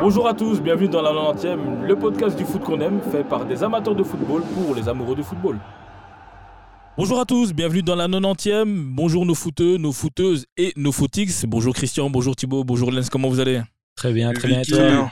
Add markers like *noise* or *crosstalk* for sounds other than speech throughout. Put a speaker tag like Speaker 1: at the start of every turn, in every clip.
Speaker 1: Bonjour à tous, bienvenue dans la 90e, le podcast du foot qu'on aime, fait par des amateurs de football pour les amoureux de football. Bonjour à tous, bienvenue dans la 90e. Bonjour nos footeux, nos footeuses et nos footix. Bonjour Christian, bonjour Thibaut, bonjour Lens, comment vous allez
Speaker 2: Très bien, très bien. et toi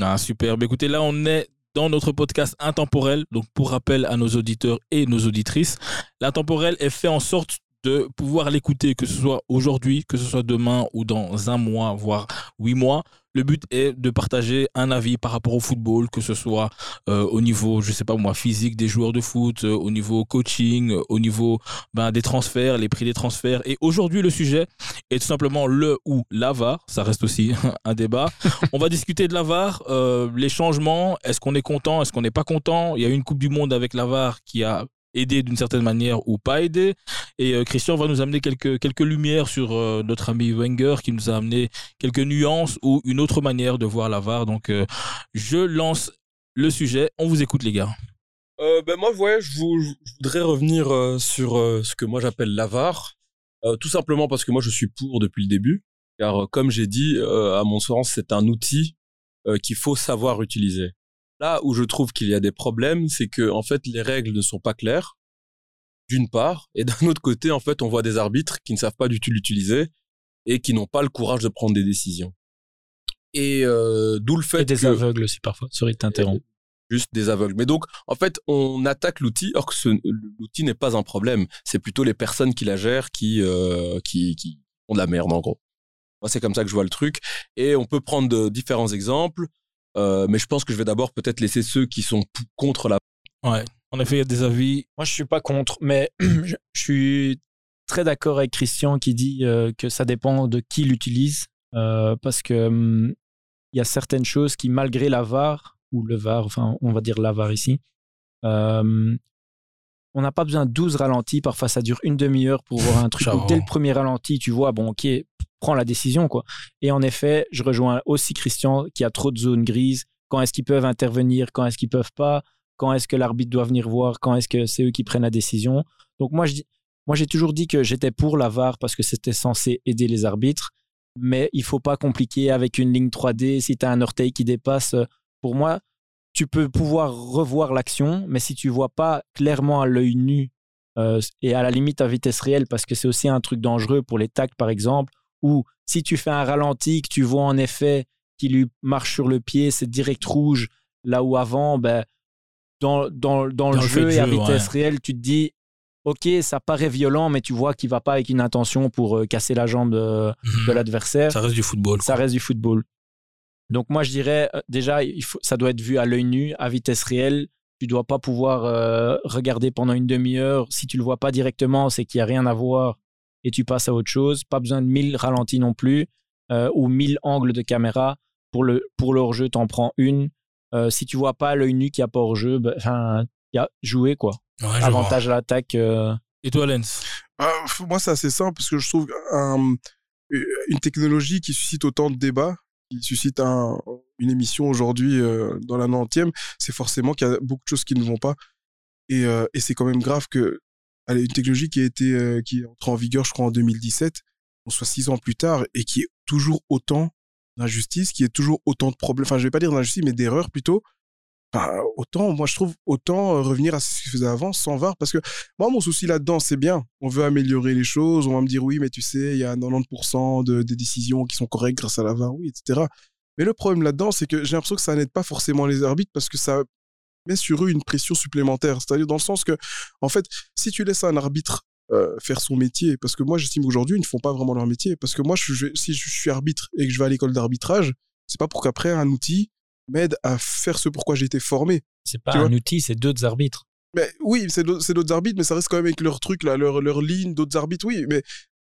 Speaker 1: Ah, super. Bah, écoutez, là, on est dans notre podcast intemporel. Donc, pour rappel à nos auditeurs et nos auditrices, l'intemporel est fait en sorte de pouvoir l'écouter, que ce soit aujourd'hui, que ce soit demain ou dans un mois, voire huit mois. Le but est de partager un avis par rapport au football, que ce soit euh, au niveau, je sais pas moi, physique des joueurs de foot, euh, au niveau coaching, euh, au niveau ben, des transferts, les prix des transferts. Et aujourd'hui, le sujet est tout simplement le ou la VAR. Ça reste aussi *laughs* un débat. On va discuter de la VAR, euh, les changements, est-ce qu'on est content, est-ce qu'on n'est pas content. Il y a eu une Coupe du Monde avec la VAR qui a aidé d'une certaine manière ou pas aidé. Et euh, Christian va nous amener quelques, quelques lumières sur euh, notre ami Wenger qui nous a amené quelques nuances ou une autre manière de voir la VAR. Donc euh, je lance le sujet. On vous écoute les gars.
Speaker 2: Euh, ben moi, ouais, je, vou- je voudrais revenir euh, sur euh, ce que moi j'appelle l'avare, Euh, tout simplement parce que moi je suis pour depuis le début, car euh, comme j'ai dit, euh, à mon sens, c'est un outil euh, qu'il faut savoir utiliser. Là où je trouve qu'il y a des problèmes, c'est que en fait les règles ne sont pas claires, d'une part, et d'un autre côté, en fait, on voit des arbitres qui ne savent pas du tout l'utiliser et qui n'ont pas le courage de prendre des décisions. Et euh, d'où le fait
Speaker 3: Et des
Speaker 2: que-
Speaker 3: aveugles aussi parfois. Sorry de t'interrompre.
Speaker 2: juste des aveugles. Mais donc, en fait, on attaque l'outil, or que ce- l'outil n'est pas un problème. C'est plutôt les personnes qui la gèrent qui, euh, qui, qui font de la merde, en gros. Moi, c'est comme ça que je vois le truc. Et on peut prendre de différents exemples, euh, mais je pense que je vais d'abord peut-être laisser ceux qui sont p- contre la.
Speaker 1: Ouais. En effet, il y a des avis.
Speaker 3: Moi, je suis pas contre, mais je je suis très d'accord avec Christian qui dit euh, que ça dépend de qui l'utilise, euh, parce que hum, il y a certaines choses qui, malgré la VAR ou le VAR, enfin, on va dire la VAR ici, euh, on n'a pas besoin de 12 ralentis. Parfois, ça dure une demi-heure pour voir un truc.
Speaker 1: Ciao.
Speaker 3: où dès le premier ralenti, tu vois, bon, ok, prends la décision, quoi. Et en effet, je rejoins aussi Christian qui a trop de zones grises. Quand est-ce qu'ils peuvent intervenir Quand est-ce qu'ils peuvent pas quand est-ce que l'arbitre doit venir voir, quand est-ce que c'est eux qui prennent la décision. Donc moi, je dis- moi j'ai toujours dit que j'étais pour la VAR parce que c'était censé aider les arbitres, mais il faut pas compliquer avec une ligne 3D, si tu as un orteil qui dépasse. euh, Pour moi, tu peux pouvoir revoir l'action, mais si tu vois pas clairement à l'œil nu euh, et à la limite à vitesse réelle, parce que c'est aussi un truc dangereux pour les tacles par exemple, ou si tu fais un ralenti que tu vois en effet qui lui marche sur le pied, c'est direct rouge, là où avant, ben, dans, dans, dans, le
Speaker 1: le fait de
Speaker 3: jeu et à
Speaker 1: jeu,
Speaker 3: vitesse
Speaker 1: ouais.
Speaker 3: réelle, tu te dis, ok, ça paraît violent, mais tu vois qu'il va pas avec une intention pour euh, casser la jambe de, de l'adversaire.
Speaker 1: Mhm. Mm. Ça reste du football.
Speaker 3: Ça reste du football. Donc moi, je dirais, euh, déjà, il faut, ça doit être vu à l'œil nu, à vitesse réelle. Tu dois pas pouvoir euh, regarder pendant une demi-heure. Si tu le vois pas directement, c'est qu'il y a rien à voir et tu passes à autre chose. Pas besoin de 1000 ralentis non plus euh, ou 1000 angles de caméra. Pour le, pour le hors-jeu, t'en prends une. Euh, si tu vois pas à l'œil nu qu'il n'y a pas hors-jeu, ben, enfin, il y a joué quoi.
Speaker 1: Ouais, je vois.
Speaker 3: Avantage à l'attaque. euh,
Speaker 1: Et toi, Lens
Speaker 4: Ah, pff, moi, c'est assez simple parce que je trouve un- euh, une technologie qui suscite autant de débats, qui suscite un- une émission aujourd'hui euh, dans la 90e, c'est forcément qu'il y a beaucoup de choses qui ne vont pas. Et, euh, et c'est quand même grave que allez, une technologie qui a été euh, qui est entrée en vigueur, je crois, en 2017, on soit six ans plus tard et qui est toujours autant
Speaker 5: d'injustice, qui est toujours autant de problèmes, enfin je vais pas dire d'injustice, mais d'erreurs plutôt. Enfin, autant, moi je trouve, autant euh, revenir à ce qu'ils faisait avant sans VAR, parce que moi mon souci là-dedans, c'est bien, on veut améliorer les choses, on va me dire oui, mais tu sais, il y a 90% de, des décisions qui sont correctes grâce à la VAR, oui, etc. Mais le problème là-dedans, c'est que j'ai l'impression que ça n'aide pas forcément les arbitres parce que ça met sur eux une pression supplémentaire. C'est-à-dire dans le sens que, en fait, si tu laisses un arbitre euh, faire son métier, parce que moi j'estime qu'aujourd'hui ils ne font pas vraiment leur métier, parce que moi je, je- si je suis arbitre et que je vais à l'école d'arbitrage, c'est pas pour qu'après un outil m'aide à faire ce pourquoi j'ai été formé.
Speaker 6: C'est pas
Speaker 5: Tu vois
Speaker 6: un outil, c'est d'autres arbitres.
Speaker 5: Mais oui, c'est d'autres c'est d'autres arbitres, mais ça reste quand même avec leur truc, là, leur, leur ligne, d'autres arbitres, oui, mais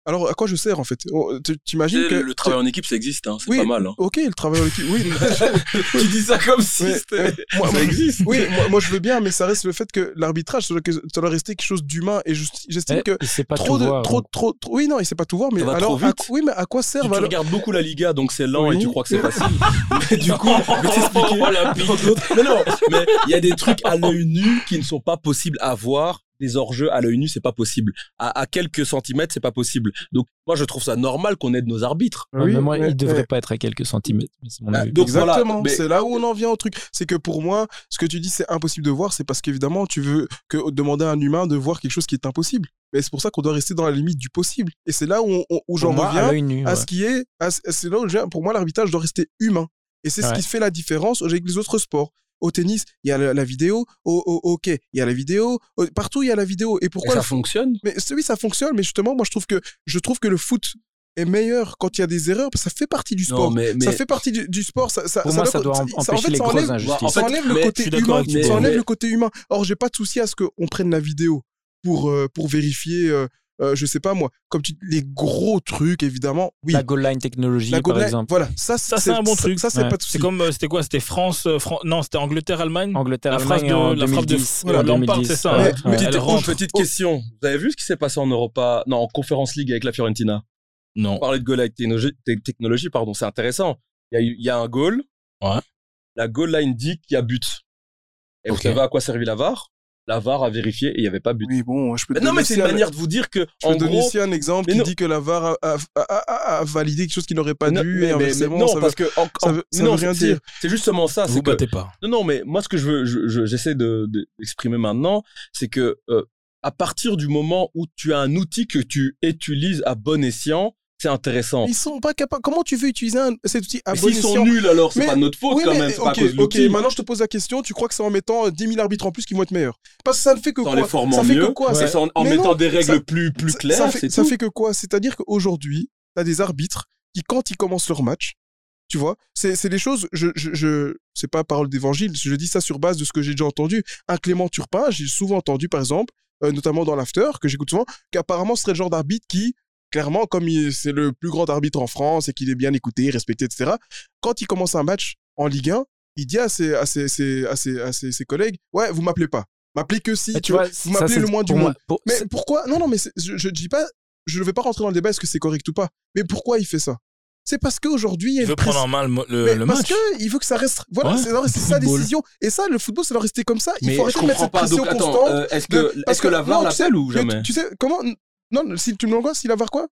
Speaker 5: alors à quoi je sers en fait Oh, tu-
Speaker 1: Tu
Speaker 5: T'imagines
Speaker 1: sais,
Speaker 5: que...
Speaker 1: le, le travail en équipe, ça existe, hein, c'est
Speaker 5: Oui,
Speaker 1: pas mal. hein.
Speaker 5: Ok, le travail en équipe, oui.
Speaker 1: *laughs*
Speaker 5: *laughs* tu
Speaker 1: dis ça comme si
Speaker 5: c'était... ça existe. Oui, moi, moi, je veux bien, mais ça reste le fait que l'arbitrage, ça doit, que- ça doit rester quelque chose d'humain et je- j'estime
Speaker 3: Eh,
Speaker 5: que
Speaker 3: il sait pas
Speaker 5: trop
Speaker 3: tout
Speaker 5: de,
Speaker 3: voir,
Speaker 5: trop,
Speaker 3: donc.
Speaker 5: trop, trop- oui non, il sait pas tout voir, mais
Speaker 1: Ça va
Speaker 5: alors,
Speaker 1: trop vite.
Speaker 5: à- oui, mais à quoi sert
Speaker 1: Tu, tu regardes beaucoup la Liga, donc c'est lent et tu crois que c'est facile.
Speaker 3: *laughs*
Speaker 1: Mais du coup, je vais t'expliquer.
Speaker 7: Oh, la pique.
Speaker 1: Mais non, mais il y a des trucs à l'œil nu qui ne sont pas possibles à voir. Des hors-jeux à l'œil nu, c'est pas possible. À, à quelques centimètres, c'est pas possible. Donc, moi, je trouve ça normal qu'on aide nos arbitres.
Speaker 3: Ouais,
Speaker 5: Oui,
Speaker 3: mais moi,
Speaker 5: mais-
Speaker 3: il devrait
Speaker 5: mais-
Speaker 3: pas être à quelques centimètres. mais c'est mon
Speaker 1: Ah,
Speaker 3: avis.
Speaker 1: donc voilà,
Speaker 5: Exactement,
Speaker 1: mais-
Speaker 5: c'est là où on en vient au truc. C'est que pour moi, ce que tu dis, c'est impossible de voir, c'est parce qu'évidemment, tu veux que, demander à un humain de voir quelque chose qui est impossible. Mais c'est pour ça qu'on doit rester dans la limite du possible. Et c'est là où, on- on- où j'en
Speaker 3: Moi,
Speaker 5: reviens
Speaker 3: à l'œil nu.
Speaker 5: à
Speaker 3: ouais.
Speaker 5: ce qui est, à ce- Ah, c'est là où je viens, pour moi, l'arbitrage doit rester humain. Et c'est ce
Speaker 3: Ouais.
Speaker 5: qui fait la différence avec les autres sports. Au tennis, il y a la, la vidéo. Au, au- au hockey, il y a la vidéo. Au- partout, il y a la vidéo. Et pourquoi
Speaker 1: Et ça
Speaker 5: le-
Speaker 1: fonctionne
Speaker 5: mais c'est- oui, ça fonctionne. Mais justement, moi, je trouve que je trouve que le foot est meilleur quand il y a des erreurs parce que ça fait partie du
Speaker 1: Non,
Speaker 5: sport.
Speaker 1: mais- mais-
Speaker 5: Ça fait partie du, du sport. Ça, ça,
Speaker 3: Pour
Speaker 5: ça
Speaker 3: moi, ça doit em-
Speaker 5: ça- en
Speaker 3: empêcher
Speaker 5: fait,
Speaker 3: les
Speaker 5: ça
Speaker 3: grosses
Speaker 5: enlève,
Speaker 3: injustices.
Speaker 1: En
Speaker 5: ça
Speaker 1: fait,
Speaker 5: enlève le
Speaker 1: mais
Speaker 5: côté
Speaker 7: je suis d'accord
Speaker 5: humain.
Speaker 7: avec
Speaker 5: ça
Speaker 7: toi.
Speaker 5: enlève
Speaker 1: Mais-
Speaker 5: le côté humain. Or, j'ai pas de souci à ce qu'on prenne la vidéo pour euh, pour vérifier. euh, euh, je sais pas moi, comme tu les gros trucs évidemment, oui.
Speaker 3: La goal line technologie,
Speaker 5: La
Speaker 3: par
Speaker 5: gobelet,
Speaker 3: exemple.
Speaker 5: voilà, ça,
Speaker 7: Ça, c'est un bon
Speaker 5: ça-
Speaker 7: truc.
Speaker 5: Ça, c'est
Speaker 3: Ouais.
Speaker 5: pas de
Speaker 7: C'est
Speaker 5: souci.
Speaker 7: comme, euh, c'était quoi C'était France, euh, Fran- non, c'était Angleterre-Allemagne.
Speaker 3: Angleterre,
Speaker 7: La phrase
Speaker 3: Allemagne
Speaker 7: de-
Speaker 3: en
Speaker 7: la frappe de-
Speaker 3: 2010,
Speaker 7: voilà,
Speaker 3: en
Speaker 7: Lampard,
Speaker 3: 2010,
Speaker 7: c'est ça,
Speaker 3: ouais.
Speaker 5: ouais.
Speaker 3: Ouais.
Speaker 1: Petite,
Speaker 7: Elle rentre.
Speaker 1: petite question. Vous avez vu ce qui s'est passé en Europa Non, en Conference League avec la Fiorentina.
Speaker 7: Non.
Speaker 1: On parlait de goal avec technologie, te- technologie, pardon, c'est intéressant. Il y a eu- il y, a un goal.
Speaker 7: Ouais.
Speaker 1: La goal line dit qu'il y a but. Et
Speaker 7: Ok.
Speaker 1: vous savez à quoi servit la VAR La VAR a vérifié et il n'y avait pas but.
Speaker 5: Oui, bon, je peux
Speaker 1: Mais
Speaker 5: te
Speaker 1: non, mais
Speaker 5: donner
Speaker 1: c'est une
Speaker 5: aussi un-
Speaker 1: manière de vous dire que,
Speaker 5: Je
Speaker 1: en
Speaker 5: peux donner
Speaker 1: gros,
Speaker 5: ici un exemple
Speaker 1: mais
Speaker 5: qui
Speaker 1: non.
Speaker 5: dit que la VAR a, a- a- a- a validé quelque chose qu'il n'aurait pas
Speaker 1: Non,
Speaker 5: dû hein,
Speaker 1: mais-
Speaker 5: et
Speaker 1: mais-
Speaker 5: inversement.
Speaker 1: mais non,
Speaker 5: ça veut-
Speaker 1: parce que en-
Speaker 5: ça
Speaker 1: en-
Speaker 5: veut- ça
Speaker 1: non,
Speaker 5: veut rien
Speaker 1: c'est-
Speaker 5: dire.
Speaker 1: C'est justement ça.
Speaker 7: Vous
Speaker 1: c'est que-
Speaker 7: battez pas.
Speaker 1: non, non, mais moi, ce que je veux, je- je- j'essaie de, de- d'exprimer maintenant, c'est que euh, à partir du moment où tu as un outil que tu utilises à bon escient, c'est intéressant.
Speaker 5: Ils sont pas capables. Comment tu veux utiliser un, cet outil à
Speaker 1: Mais
Speaker 5: bon
Speaker 1: s'ils sont
Speaker 5: escient
Speaker 1: nuls, alors c'est
Speaker 5: Mais-
Speaker 1: pas de notre faute
Speaker 5: Oui,
Speaker 1: quand
Speaker 5: mais
Speaker 1: même. C'est pas à
Speaker 5: ok,
Speaker 1: cause de
Speaker 5: ok,
Speaker 1: l'outil.
Speaker 5: maintenant je te pose la question. Tu crois que c'est en mettant euh, 10 000 arbitres en plus qu'ils vont être meilleurs Parce que ça ne fait que
Speaker 1: en
Speaker 5: quoi
Speaker 1: les formant
Speaker 5: Ça fait
Speaker 1: mieux,
Speaker 5: que quoi
Speaker 1: c'est
Speaker 5: Ça-
Speaker 1: en, en
Speaker 5: Mais
Speaker 1: mettant
Speaker 5: non,
Speaker 1: des règles
Speaker 5: ça-
Speaker 1: plus, plus
Speaker 5: ça-
Speaker 1: claires.
Speaker 5: Ça fait,
Speaker 1: c'est
Speaker 5: ça
Speaker 1: tout.
Speaker 5: fait que quoi C'est-à-dire qu'aujourd'hui, tu as des arbitres qui, quand ils commencent leur match, tu vois, c'est c'est des choses, je, je, je c'est pas parole d'évangile, je dis ça sur base de ce que j'ai déjà entendu. Un Clément Turpin, j'ai souvent entendu, par exemple, euh, notamment dans l'after, que j'écoute souvent, qu'apparemment ce serait le genre d'arbitre qui, clairement, comme il- c'est le plus grand arbitre en France et qu'il est bien écouté, respecté, etc., quand il commence un match en Ligue 1, il dit à ses, à ses, ses- à ses, à ses- ses collègues, ouais, vous m'appelez pas. M'appelez que si,
Speaker 3: Mais
Speaker 5: tu vois, vous
Speaker 3: Ah, ça,
Speaker 5: m'appelez
Speaker 3: c'est-
Speaker 5: le moins du
Speaker 3: pour moi-
Speaker 5: monde.
Speaker 3: pour-
Speaker 5: Mais
Speaker 3: c'est-
Speaker 5: pourquoi Non, non, mais c'est- je, je dis pas, je ne vais pas rentrer dans le débat est-ce que c'est correct ou pas. Mais pourquoi il fait ça C'est parce qu'aujourd'hui, il y a
Speaker 7: Il
Speaker 5: une
Speaker 7: veut
Speaker 5: presse-
Speaker 7: prendre en main le, mo- le-
Speaker 5: Mais
Speaker 7: le
Speaker 5: parce
Speaker 7: match.
Speaker 5: que il veut que ça reste. Voilà,
Speaker 7: Ouais,
Speaker 5: c'est alors, c'est sa
Speaker 7: football.
Speaker 5: décision. Et ça, le football, ça doit rester comme ça. Il
Speaker 1: Mais
Speaker 5: faut
Speaker 1: je
Speaker 5: arrêter de mettre
Speaker 1: comprends
Speaker 5: cette
Speaker 1: pas.
Speaker 5: pression
Speaker 1: Donc, attends,
Speaker 5: constante.
Speaker 1: euh, est-ce
Speaker 5: de-
Speaker 1: que,
Speaker 5: parce
Speaker 1: est-ce que la VAR
Speaker 5: non, tu sais-
Speaker 1: l'appelle ou
Speaker 5: mais
Speaker 1: jamais
Speaker 5: tu, tu sais, comment. Non, si tu me l'envoies, s'il a var quoi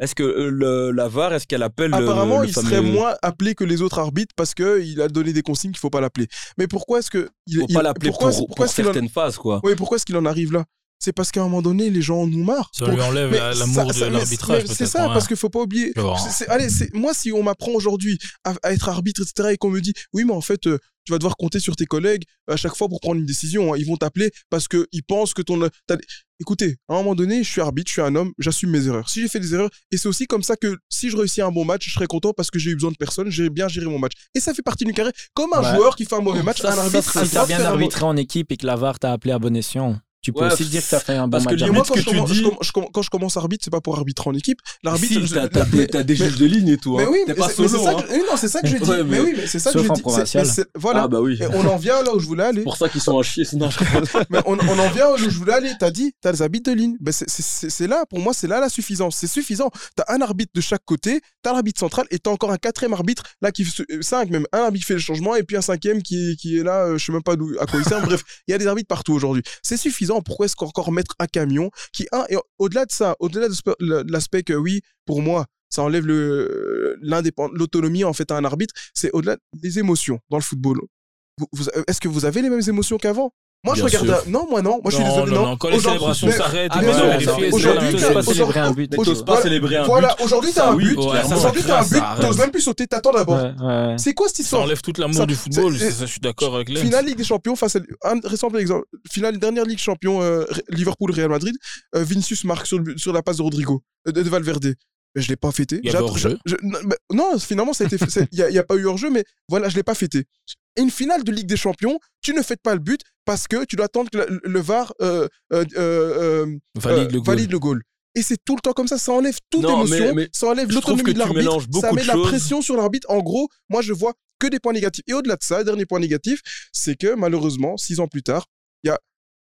Speaker 1: Est-ce que euh, le- la VAR, est-ce qu'elle appelle le-
Speaker 5: Apparemment,
Speaker 1: le
Speaker 5: il
Speaker 1: fameux-
Speaker 5: serait moins appelé que les autres arbitres parce qu'il a donné des consignes qu'il ne faut pas l'appeler. Mais pourquoi est-ce que. Il,
Speaker 1: Faut
Speaker 5: il-
Speaker 1: pas l'appeler
Speaker 5: pourquoi,
Speaker 1: pour,
Speaker 5: est-ce-
Speaker 1: pour
Speaker 5: pourquoi est-ce qu'il en-
Speaker 1: certaines phases, quoi.
Speaker 5: Oui, pourquoi est-ce qu'il en arrive là C'est parce qu'à un moment donné, les gens en ont marre.
Speaker 7: Ça
Speaker 5: Pour-
Speaker 7: lui enlève
Speaker 5: Mais
Speaker 7: euh, la-
Speaker 5: ça-
Speaker 7: l'amour
Speaker 5: ça-
Speaker 7: de
Speaker 5: mais-
Speaker 7: l'arbitrage. hein.
Speaker 5: mais C'est ça, parce qu'il faut pas oublier.
Speaker 7: Tu vas voir.
Speaker 5: c'est- c'est- allez, c'est- moi, si on m'apprend aujourd'hui à, à être arbitre, etc., et qu'on me dit, oui, mais en fait, euh, tu vas devoir compter sur tes collègues à chaque fois pour prendre une décision. hein. Ils vont t'appeler parce qu'ils pensent que ton. t'as des- Écoutez, à un moment donné, je suis arbitre, je suis un homme, j'assume mes erreurs. Si j'ai fait des erreurs, et c'est aussi comme ça que si je réussis un bon match, je serai content parce que j'ai eu besoin de personne, j'ai bien géré mon match. Et ça fait partie d'une carrière. Comme un
Speaker 3: Ouais.
Speaker 5: joueur qui fait un mauvais match,
Speaker 1: Ça,
Speaker 5: un
Speaker 1: ça,
Speaker 5: arbitre,
Speaker 1: ça,
Speaker 5: il
Speaker 3: si t'as
Speaker 5: doit
Speaker 3: bien
Speaker 5: faire un bon-
Speaker 3: arbitré en équipe et que la VAR t'a appelé à bon escient, tu peux
Speaker 1: Ouais,
Speaker 3: aussi dire que t'as fait un bon
Speaker 1: parce que
Speaker 3: match.
Speaker 1: les
Speaker 5: Et
Speaker 3: d'arbitre.
Speaker 5: moi,
Speaker 1: Limite
Speaker 5: quand,
Speaker 1: bah, que
Speaker 5: je
Speaker 1: tu
Speaker 5: commence,
Speaker 1: dis-
Speaker 5: je commence- je commence- quand je commence arbitre, c'est pas pour arbitre en équipe. L'arbitre,
Speaker 1: Si,
Speaker 5: je-
Speaker 1: t'as-
Speaker 5: la- *laughs*
Speaker 1: t'as des- t'as des juges de ligne et tout.
Speaker 5: Mais
Speaker 1: hein.
Speaker 5: oui,
Speaker 1: t'es
Speaker 5: mais
Speaker 1: pas
Speaker 5: c'est mais c'est
Speaker 1: solo.
Speaker 5: ça
Speaker 1: hein.
Speaker 5: que- mais non, c'est ça que
Speaker 1: *laughs*
Speaker 5: je dis.
Speaker 1: Ouais,
Speaker 5: Mais
Speaker 1: mais-
Speaker 5: oui, mais c'est ça que
Speaker 3: Sauf
Speaker 5: je
Speaker 3: en
Speaker 5: dis. C'est-
Speaker 3: provincial.
Speaker 5: mais c'est- Voilà.
Speaker 1: Ah bah oui.
Speaker 5: Et on en vient là où je voulais aller.
Speaker 1: *laughs* C'est pour ça qu'ils sont à chier. sinon je-
Speaker 5: Mais on, on en vient là où je voulais aller. T'as dit, t'as les arbitres de ligne. Ben c'est- c'est- c'est c'est là, pour moi, c'est là la suffisance. C'est suffisant. T'as un arbitre de chaque côté, t'as l'arbitre central et t'as encore un quatrième arbitre, là, qui f- euh, cinq même. Un arbitre qui fait le changement et puis un cinquième qui, qui est là, euh, je sais même pas d'où, à quoi il sert. Bref, il y a des arbitres partout aujourd'hui. C'est suffisant. Pourquoi est-ce qu'encore mettre un camion qui, un, et au- au-delà de ça, au-delà de ce- de l'aspect que oui, pour moi, ça enlève le- euh, l'indépend- l'autonomie en fait à un arbitre. C'est au-delà des émotions dans le football. Vous- vous- euh, Est-ce que vous avez les mêmes émotions qu'avant moi, je
Speaker 7: Bien
Speaker 5: regarde.
Speaker 7: sûr.
Speaker 5: un- Non, moi, non. Moi, je suis
Speaker 7: Non,
Speaker 5: désolé.
Speaker 7: non,
Speaker 5: Non,
Speaker 7: non, quand les
Speaker 5: Aujourd'hui-
Speaker 7: célébrations
Speaker 5: mais- Ah,
Speaker 7: s'arrêtent,
Speaker 5: mais
Speaker 7: on
Speaker 5: non,
Speaker 7: doit vérifier,
Speaker 5: Aujourd'hui,
Speaker 7: c'est la même chose.
Speaker 5: aujourd'hui-
Speaker 3: Célébrer un but.
Speaker 5: aujourd'hui-
Speaker 7: T'oses pas
Speaker 5: voilà,
Speaker 7: célébrer
Speaker 1: hein.
Speaker 7: un but.
Speaker 5: Voilà, aujourd'hui, t'as
Speaker 7: Ça,
Speaker 5: un
Speaker 7: oui,
Speaker 5: but.
Speaker 7: ouais, ça,
Speaker 5: Aujourd'hui,
Speaker 7: ça,
Speaker 5: t'as un
Speaker 7: ça
Speaker 5: but.
Speaker 7: arrête.
Speaker 5: T'oses même plus sauter. T'attends d'abord.
Speaker 3: Ouais, ouais.
Speaker 5: C'est quoi cette
Speaker 7: Ça
Speaker 5: histoire
Speaker 7: enlève toute l'amour
Speaker 5: Ça-
Speaker 7: du football,
Speaker 5: c'est-
Speaker 7: ça, ça, je suis d'accord avec Len.
Speaker 5: Finale Ligue des Champions face à un récent exemple. Finale dernière Ligue Champion euh, Liverpool Real Madrid. euh, Vinicius marque sur, le but- sur la passe de Rodrigo euh, de, de Valverde. Mais je l'ai pas fêté.
Speaker 7: Il y avait
Speaker 5: J'attends-
Speaker 7: hors-jeu.
Speaker 5: je- non, mais- non, finalement ça a été il y, a- y a pas eu hors jeu mais voilà, je l'ai pas fêté. Et une finale de Ligue des Champions, tu ne fêtes pas le but parce que tu dois attendre que la- le, le VAR euh, euh, euh, euh,
Speaker 7: Valide le goal.
Speaker 5: valide le goal. Et c'est tout le temps comme ça, ça enlève toute
Speaker 1: Non,
Speaker 5: émotion,
Speaker 1: mais- mais
Speaker 5: ça enlève
Speaker 1: je trouve que
Speaker 5: l'autonomie de
Speaker 1: tu
Speaker 5: l'arbitre,
Speaker 1: mélanges
Speaker 5: ça
Speaker 1: beaucoup
Speaker 5: met
Speaker 1: de
Speaker 5: la
Speaker 1: choses.
Speaker 5: pression sur l'arbitre. En gros, moi je vois que des points négatifs. Et au-delà de ça, dernier point négatif, c'est que malheureusement, six ans plus tard, il y a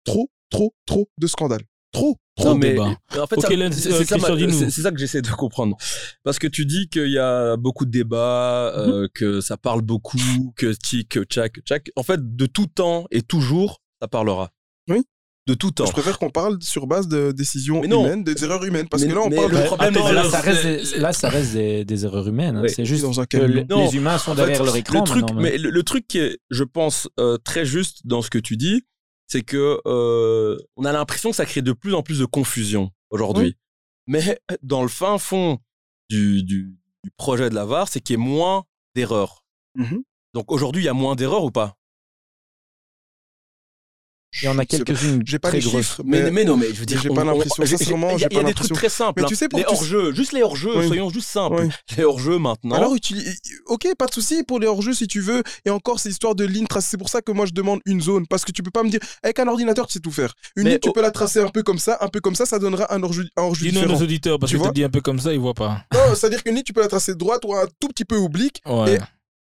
Speaker 5: trop, trop, trop de scandales. Trop, trop. bah.
Speaker 7: Non, mais- débat.
Speaker 1: en fait,
Speaker 7: Ok,
Speaker 1: ça-
Speaker 7: Len,
Speaker 1: c'est-
Speaker 7: euh,
Speaker 1: c'est ça, ma-
Speaker 7: Christian, dis-nous.
Speaker 1: c'est- c'est ça que j'essaie de comprendre. Parce que tu dis qu'il y a beaucoup de débats,
Speaker 7: Mhm.
Speaker 1: euh, que ça parle beaucoup, que tic, que tchac, que tchac. En fait, de tout temps et toujours, ça parlera.
Speaker 5: Oui.
Speaker 1: De tout temps.
Speaker 5: Je préfère qu'on parle sur base de décisions
Speaker 1: Mais non.
Speaker 5: humaines, des erreurs humaines, parce
Speaker 1: Mais-
Speaker 5: que là on
Speaker 1: mais
Speaker 5: parle
Speaker 1: le
Speaker 5: de
Speaker 1: problème-
Speaker 3: Attends,
Speaker 1: mais
Speaker 3: Ah, là,
Speaker 1: le-
Speaker 3: ça reste des,
Speaker 1: le-
Speaker 3: là, ça reste des, des erreurs humaines. hein.
Speaker 1: Oui.
Speaker 3: C'est juste
Speaker 5: dans un
Speaker 3: que
Speaker 5: cabinet.
Speaker 3: le-
Speaker 1: Non.
Speaker 3: les humains sont
Speaker 1: En
Speaker 3: derrière
Speaker 1: fait,
Speaker 3: leur écran.
Speaker 1: Le truc,
Speaker 3: maintenant, mais-
Speaker 1: mais le, le truc qui est, je pense, euh, très juste dans ce que tu dis, c'est que euh, on a l'impression que ça crée de plus en plus de confusion aujourd'hui. Mais *laughs* dans le fin fond du, du- du projet de la VAR, c'est qu'il y ait moins d'erreurs.
Speaker 5: Mhm.
Speaker 1: Donc aujourd'hui, il y a moins d'erreurs ou pas
Speaker 3: Il y en a
Speaker 5: Je sais pas.
Speaker 3: quelques-unes
Speaker 5: J'ai pas
Speaker 3: très
Speaker 5: les
Speaker 3: grosses.
Speaker 5: chiffres, mais,
Speaker 1: non, mais je veux
Speaker 5: j'ai
Speaker 1: on-
Speaker 5: pas
Speaker 1: on-
Speaker 5: l'impression,
Speaker 1: j'ai- j'ai-
Speaker 5: sincèrement,
Speaker 1: Il y a,
Speaker 5: j'ai
Speaker 1: il y a
Speaker 5: pas
Speaker 1: des trucs
Speaker 5: l'impression.
Speaker 1: très simples.
Speaker 5: Mais
Speaker 1: hein.
Speaker 5: tu sais, pour
Speaker 1: les
Speaker 5: tous-
Speaker 1: hors-jeux, juste les hors-jeux,
Speaker 5: Oui.
Speaker 1: soyons juste simples.
Speaker 5: Oui.
Speaker 1: Les hors-jeux maintenant.
Speaker 5: Alors, utili- ok, pas de souci pour les hors-jeux si tu veux. Et encore, c'est histoire de ligne tracée. C'est pour ça que moi je demande une zone. Parce que tu peux pas me dire, avec un ordinateur, tu sais tout faire. Une
Speaker 1: Mais
Speaker 5: ligne, tu
Speaker 1: au-
Speaker 5: peux la tracer un peu comme ça, un peu comme ça, ça donnera un hors-jeu un hors-jeu
Speaker 7: Dis-nous à
Speaker 5: différent.
Speaker 7: nos auditeurs, parce
Speaker 5: Tu
Speaker 7: que tu
Speaker 5: vois
Speaker 7: dit un peu comme ça, ils voient pas.
Speaker 5: Non, c'est-à-dire qu'une ligne, tu peux la tracer droite ou un tout petit peu oblique.
Speaker 7: Ouais.
Speaker 5: Et-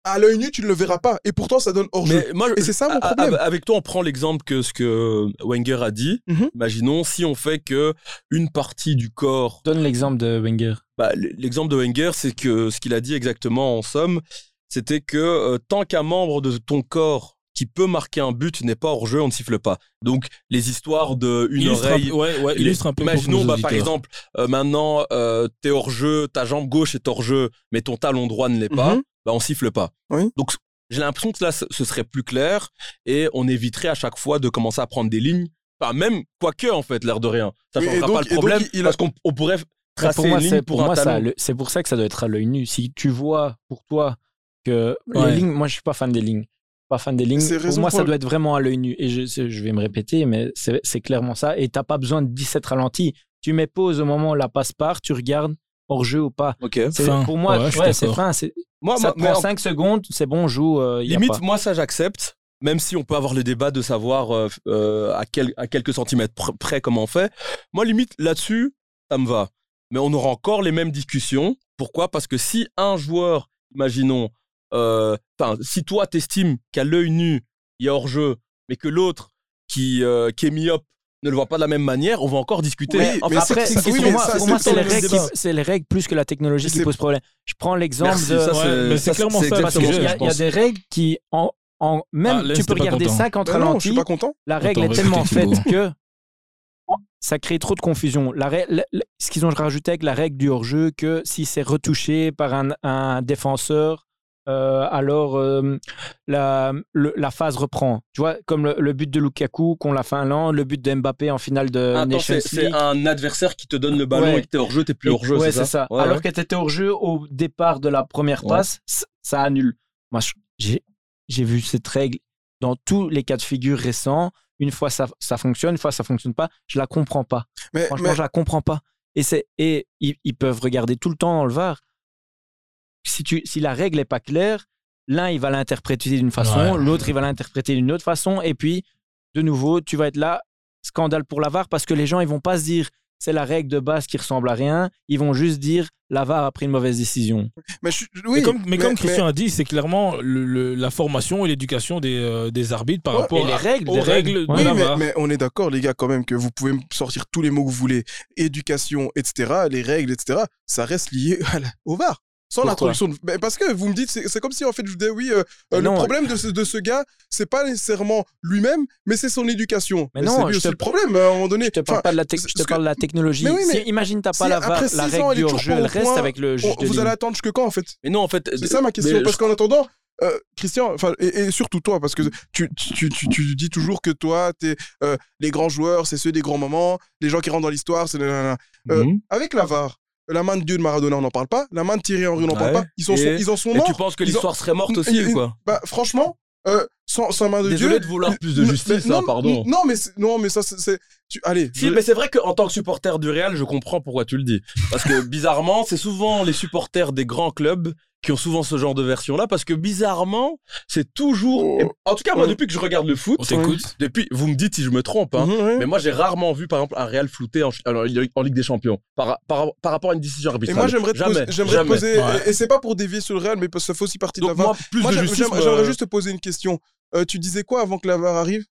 Speaker 5: À l'œil nu, tu ne le verras pas. Et pourtant, ça donne hors-jeu.
Speaker 1: Mais moi, je-
Speaker 5: Et c'est ça mon
Speaker 1: a- a-
Speaker 5: problème.
Speaker 1: Avec toi, on prend l'exemple que ce que Wenger a dit.
Speaker 5: Mhm.
Speaker 1: Imaginons si on fait que une partie du corps.
Speaker 3: Donne l'exemple de Wenger.
Speaker 1: bah, l- l'exemple de Wenger, c'est que ce qu'il a dit exactement en somme, c'était que euh, tant qu'un membre de ton corps qui peut marquer un but n'est pas hors jeu, on ne siffle pas. Donc les histoires de une
Speaker 7: Illustre un
Speaker 1: oreille.
Speaker 7: peu- ouais, ouais,
Speaker 1: les-
Speaker 7: illustre un peu. pour
Speaker 1: Imaginons
Speaker 7: nos
Speaker 1: bah, par
Speaker 7: auditeurs.
Speaker 1: exemple euh, maintenant euh, t'es hors jeu, ta jambe gauche est hors jeu, mais ton talon droit ne l'est pas,
Speaker 5: Mhm.
Speaker 1: bah on siffle pas.
Speaker 5: Oui.
Speaker 1: Donc j'ai l'impression que là ce ce serait plus clair et on éviterait à chaque fois de commencer à prendre des lignes. Enfin même quoique en fait l'air de rien, ça
Speaker 5: Oui, et
Speaker 1: changera
Speaker 5: donc-
Speaker 1: pas
Speaker 5: et
Speaker 1: le
Speaker 5: donc,
Speaker 1: problème
Speaker 5: il a-
Speaker 1: parce qu'on on pourrait tracer
Speaker 3: pour moi,
Speaker 1: une
Speaker 3: c'est
Speaker 1: ligne pour,
Speaker 3: pour
Speaker 1: un
Speaker 3: moi, ça,
Speaker 1: talon.
Speaker 3: le- c'est pour ça que ça doit être à l'œil nu. Si tu vois pour toi que
Speaker 7: Ouais.
Speaker 3: les lignes, moi je suis pas fan des lignes, pas fan des lignes.
Speaker 5: C'est
Speaker 3: Pour
Speaker 5: raison
Speaker 3: moi,
Speaker 5: pour-
Speaker 3: ça doit être vraiment à l'œil nu. Et je, c'est- je vais me répéter, mais c'est c'est clairement ça. Et t'as pas besoin de 17 ralentis. Tu mets pause au moment où la passe part, tu regardes hors jeu ou pas.
Speaker 1: Ok.
Speaker 3: C'est-
Speaker 7: Fin.
Speaker 3: Pour moi,
Speaker 7: Ouais, je suis
Speaker 3: ouais, c'est
Speaker 7: d'accord.
Speaker 3: fin. c'est-
Speaker 1: Moi, Oh,
Speaker 3: ça
Speaker 1: moi- mais en-
Speaker 3: prend 5 secondes, c'est bon, joue. euh, y a
Speaker 1: limite
Speaker 3: pas.
Speaker 1: moi ça j'accepte. Même si on peut avoir le débat de savoir euh, euh, à, quel- à quelques centimètres pr- près comment on fait, moi limite là-dessus ça me va. Mais on aura encore les mêmes discussions. Pourquoi Parce que si un joueur, imaginons, euh, 'fin, si toi t'estimes qu'à l'œil nu il y a hors jeu, mais que l'autre qui euh, qui est myope ne le voit pas de la même manière, on va encore discuter.
Speaker 5: Oui, mais
Speaker 1: Enfin,
Speaker 3: Après,
Speaker 5: c'est- c'est-
Speaker 3: pour
Speaker 5: oui, mais
Speaker 3: moi,
Speaker 5: ça,
Speaker 3: pour moi,
Speaker 5: c'est
Speaker 3: c'est
Speaker 5: le
Speaker 3: les,
Speaker 5: même
Speaker 3: règles qui-
Speaker 5: débat.
Speaker 3: c'est les règles plus que la technologie qui
Speaker 5: C'est-
Speaker 3: pose problème. Je prends l'exemple
Speaker 1: merci,
Speaker 3: de.
Speaker 1: ça,
Speaker 7: Ouais, mais c'est clairement ça,
Speaker 3: parce
Speaker 7: c'est
Speaker 3: qu'il y,
Speaker 7: je
Speaker 3: a- il y a
Speaker 7: pense.
Speaker 3: des règles qui, en, en- même,
Speaker 7: Ah, Lens,
Speaker 3: tu
Speaker 7: t'es
Speaker 3: peux
Speaker 7: pas
Speaker 3: regarder
Speaker 7: content.
Speaker 3: 50
Speaker 5: Ben non, je suis
Speaker 3: ralentis,
Speaker 5: pas content.
Speaker 3: la règle
Speaker 7: Attends,
Speaker 3: est tellement
Speaker 7: réfléchis,
Speaker 3: faite que ça crée trop de confusion. La rè- le- le- ce qu'ils ont rajouté avec la règle du hors-jeu, que si c'est retouché par un, un défenseur, euh, alors euh, la, le- la phase reprend. Tu vois, comme le, le but de Lukaku contre la Finlande, le but de Mbappé en finale de
Speaker 1: Attends,
Speaker 3: euh, Nations
Speaker 1: c'est
Speaker 3: League.
Speaker 1: c'est un adversaire qui te donne le ballon
Speaker 3: Ouais.
Speaker 1: et que t'es hors jeu, t'es plus
Speaker 3: Et-
Speaker 1: hors jeu.
Speaker 3: ouais,
Speaker 1: c'est ça. Ouais,
Speaker 3: Alors
Speaker 1: ouais.
Speaker 3: que t'étais hors jeu au départ de la première
Speaker 1: Ouais.
Speaker 3: passe, c- ça annule. Moi, je- j'ai j'ai vu cette règle dans tous les cas de figure récents. Une fois ça, ça fonctionne, une fois ça fonctionne pas. Je la comprends pas.
Speaker 5: Mais,
Speaker 3: Franchement,
Speaker 5: mais-
Speaker 3: je la comprends pas. Et c'est et ils, ils peuvent regarder tout le temps dans le VAR. Si tu si la règle est pas claire, l'un il va l'interpréter d'une façon,
Speaker 7: Ouais.
Speaker 3: l'autre il va l'interpréter d'une autre façon, et puis de nouveau tu vas être là scandale pour la VAR parce que les gens ils vont pas se dire c'est la règle de base qui ressemble à rien, ils vont juste dire la VAR a pris une mauvaise décision.
Speaker 5: mais je suis- oui,
Speaker 7: mais comme, mais comme
Speaker 5: mais-
Speaker 7: Christian a dit, c'est clairement le- le- la formation et l'éducation des, euh, des arbitres par
Speaker 5: Ouais,
Speaker 7: rapport
Speaker 3: et les
Speaker 7: à-
Speaker 3: règles,
Speaker 7: aux
Speaker 3: des
Speaker 7: règles, de
Speaker 3: règles.
Speaker 5: ah, Oui,
Speaker 7: la
Speaker 5: mais,
Speaker 7: VAR.
Speaker 5: mais on est d'accord, les gars, quand même, que vous pouvez me sortir tous les mots que vous voulez, éducation, etc., les règles, etc., ça reste lié à la- au VAR. Sans
Speaker 7: Pourquoi
Speaker 5: l'introduction de- Mais parce que vous me dites, c'est c'est comme si en fait je vous disais, oui, euh, euh,
Speaker 3: Mais
Speaker 5: le
Speaker 3: non.
Speaker 5: problème de ce, de ce gars, c'est pas nécessairement lui-même, mais c'est son éducation.
Speaker 3: Mais
Speaker 5: Et
Speaker 3: non,
Speaker 5: c'est lui
Speaker 3: je
Speaker 5: aussi
Speaker 3: te-
Speaker 5: le problème, euh, à un moment donné.
Speaker 3: Je te parle
Speaker 5: Enfin,
Speaker 3: pas de la, tec-
Speaker 5: ce-
Speaker 3: je
Speaker 5: ce
Speaker 3: te
Speaker 5: que-
Speaker 3: parle de la technologie.
Speaker 5: Mais oui, mais
Speaker 3: Si- imagine, t'as
Speaker 5: si
Speaker 3: pas la, va-
Speaker 5: après
Speaker 3: la
Speaker 5: 6 ans,
Speaker 3: règle
Speaker 5: elle est
Speaker 3: du
Speaker 5: toujours
Speaker 3: hors-jeu,
Speaker 5: pas au
Speaker 3: elle reste
Speaker 5: point,
Speaker 3: avec le juge
Speaker 5: on-
Speaker 3: de
Speaker 5: vous allez
Speaker 3: ligne. Euh,
Speaker 5: attendre jusque quand en fait
Speaker 1: Mais non, en fait.
Speaker 5: C'est ça ma question.
Speaker 1: mais
Speaker 5: parce
Speaker 1: je-
Speaker 5: qu'en attendant, euh, Christian, enfin, et, et surtout toi, parce que tu, tu, tu, tu dis toujours que toi, t'es euh, les grands joueurs, c'est ceux des grands moments, les gens qui rentrent dans l'histoire, c'est nanana. Euh,
Speaker 1: Mhm.
Speaker 5: Avec la VAR, la main de Dieu de Maradona, on n'en parle pas. La main de Thierry Henry, on n'en parle
Speaker 1: Ouais.
Speaker 5: pas. Ils, sont,
Speaker 1: Et-
Speaker 5: ils en sont
Speaker 1: Et tu
Speaker 5: morts.
Speaker 1: penses que
Speaker 5: Ils ont-
Speaker 1: l'histoire serait morte aussi
Speaker 5: Ils-
Speaker 1: ou quoi
Speaker 5: Bah, franchement, euh, sans, sans main de
Speaker 1: Désolé
Speaker 5: Dieu.
Speaker 1: de vouloir
Speaker 5: ils-
Speaker 1: plus de
Speaker 5: non,
Speaker 1: justice,
Speaker 5: mais-
Speaker 1: hein,
Speaker 5: non,
Speaker 1: pardon.
Speaker 5: Non, mais, c'est- non, mais ça, c'est. c'est- tu- Allez.
Speaker 1: Si,
Speaker 5: je-
Speaker 1: mais c'est vrai qu'en tant que supporter du Real, je comprends pourquoi tu le dis. Parce que bizarrement, c'est souvent les supporters des grands clubs qui ont souvent ce genre de version-là, parce que bizarrement, c'est toujours. et- En tout cas, moi, depuis que je regarde le foot,
Speaker 7: On t'écoute
Speaker 1: depuis, vous me dites si je me trompe, hein,
Speaker 5: Mhm, ouais.
Speaker 1: mais moi, j'ai rarement vu, par exemple, un Real flouté en, alors, en Ligue des Champions, par, par, par rapport à une décision
Speaker 5: Et
Speaker 1: arbitrale.
Speaker 5: moi, j'aimerais te
Speaker 1: Jamais,
Speaker 5: poser. j'aimerais te
Speaker 1: jamais.
Speaker 5: poser- euh,
Speaker 7: Ouais.
Speaker 5: Et, et c'est pas pour dévier sur le Real, mais parce que ça fait aussi partie de la
Speaker 1: Donc,
Speaker 5: VAR.
Speaker 1: moi, plus
Speaker 5: Moi,
Speaker 1: de
Speaker 5: j'a-
Speaker 1: justice. euh,
Speaker 5: j'aimerais
Speaker 1: me-
Speaker 5: j'aimerais juste te poser une question. Euh, tu disais quoi avant que la VAR arrive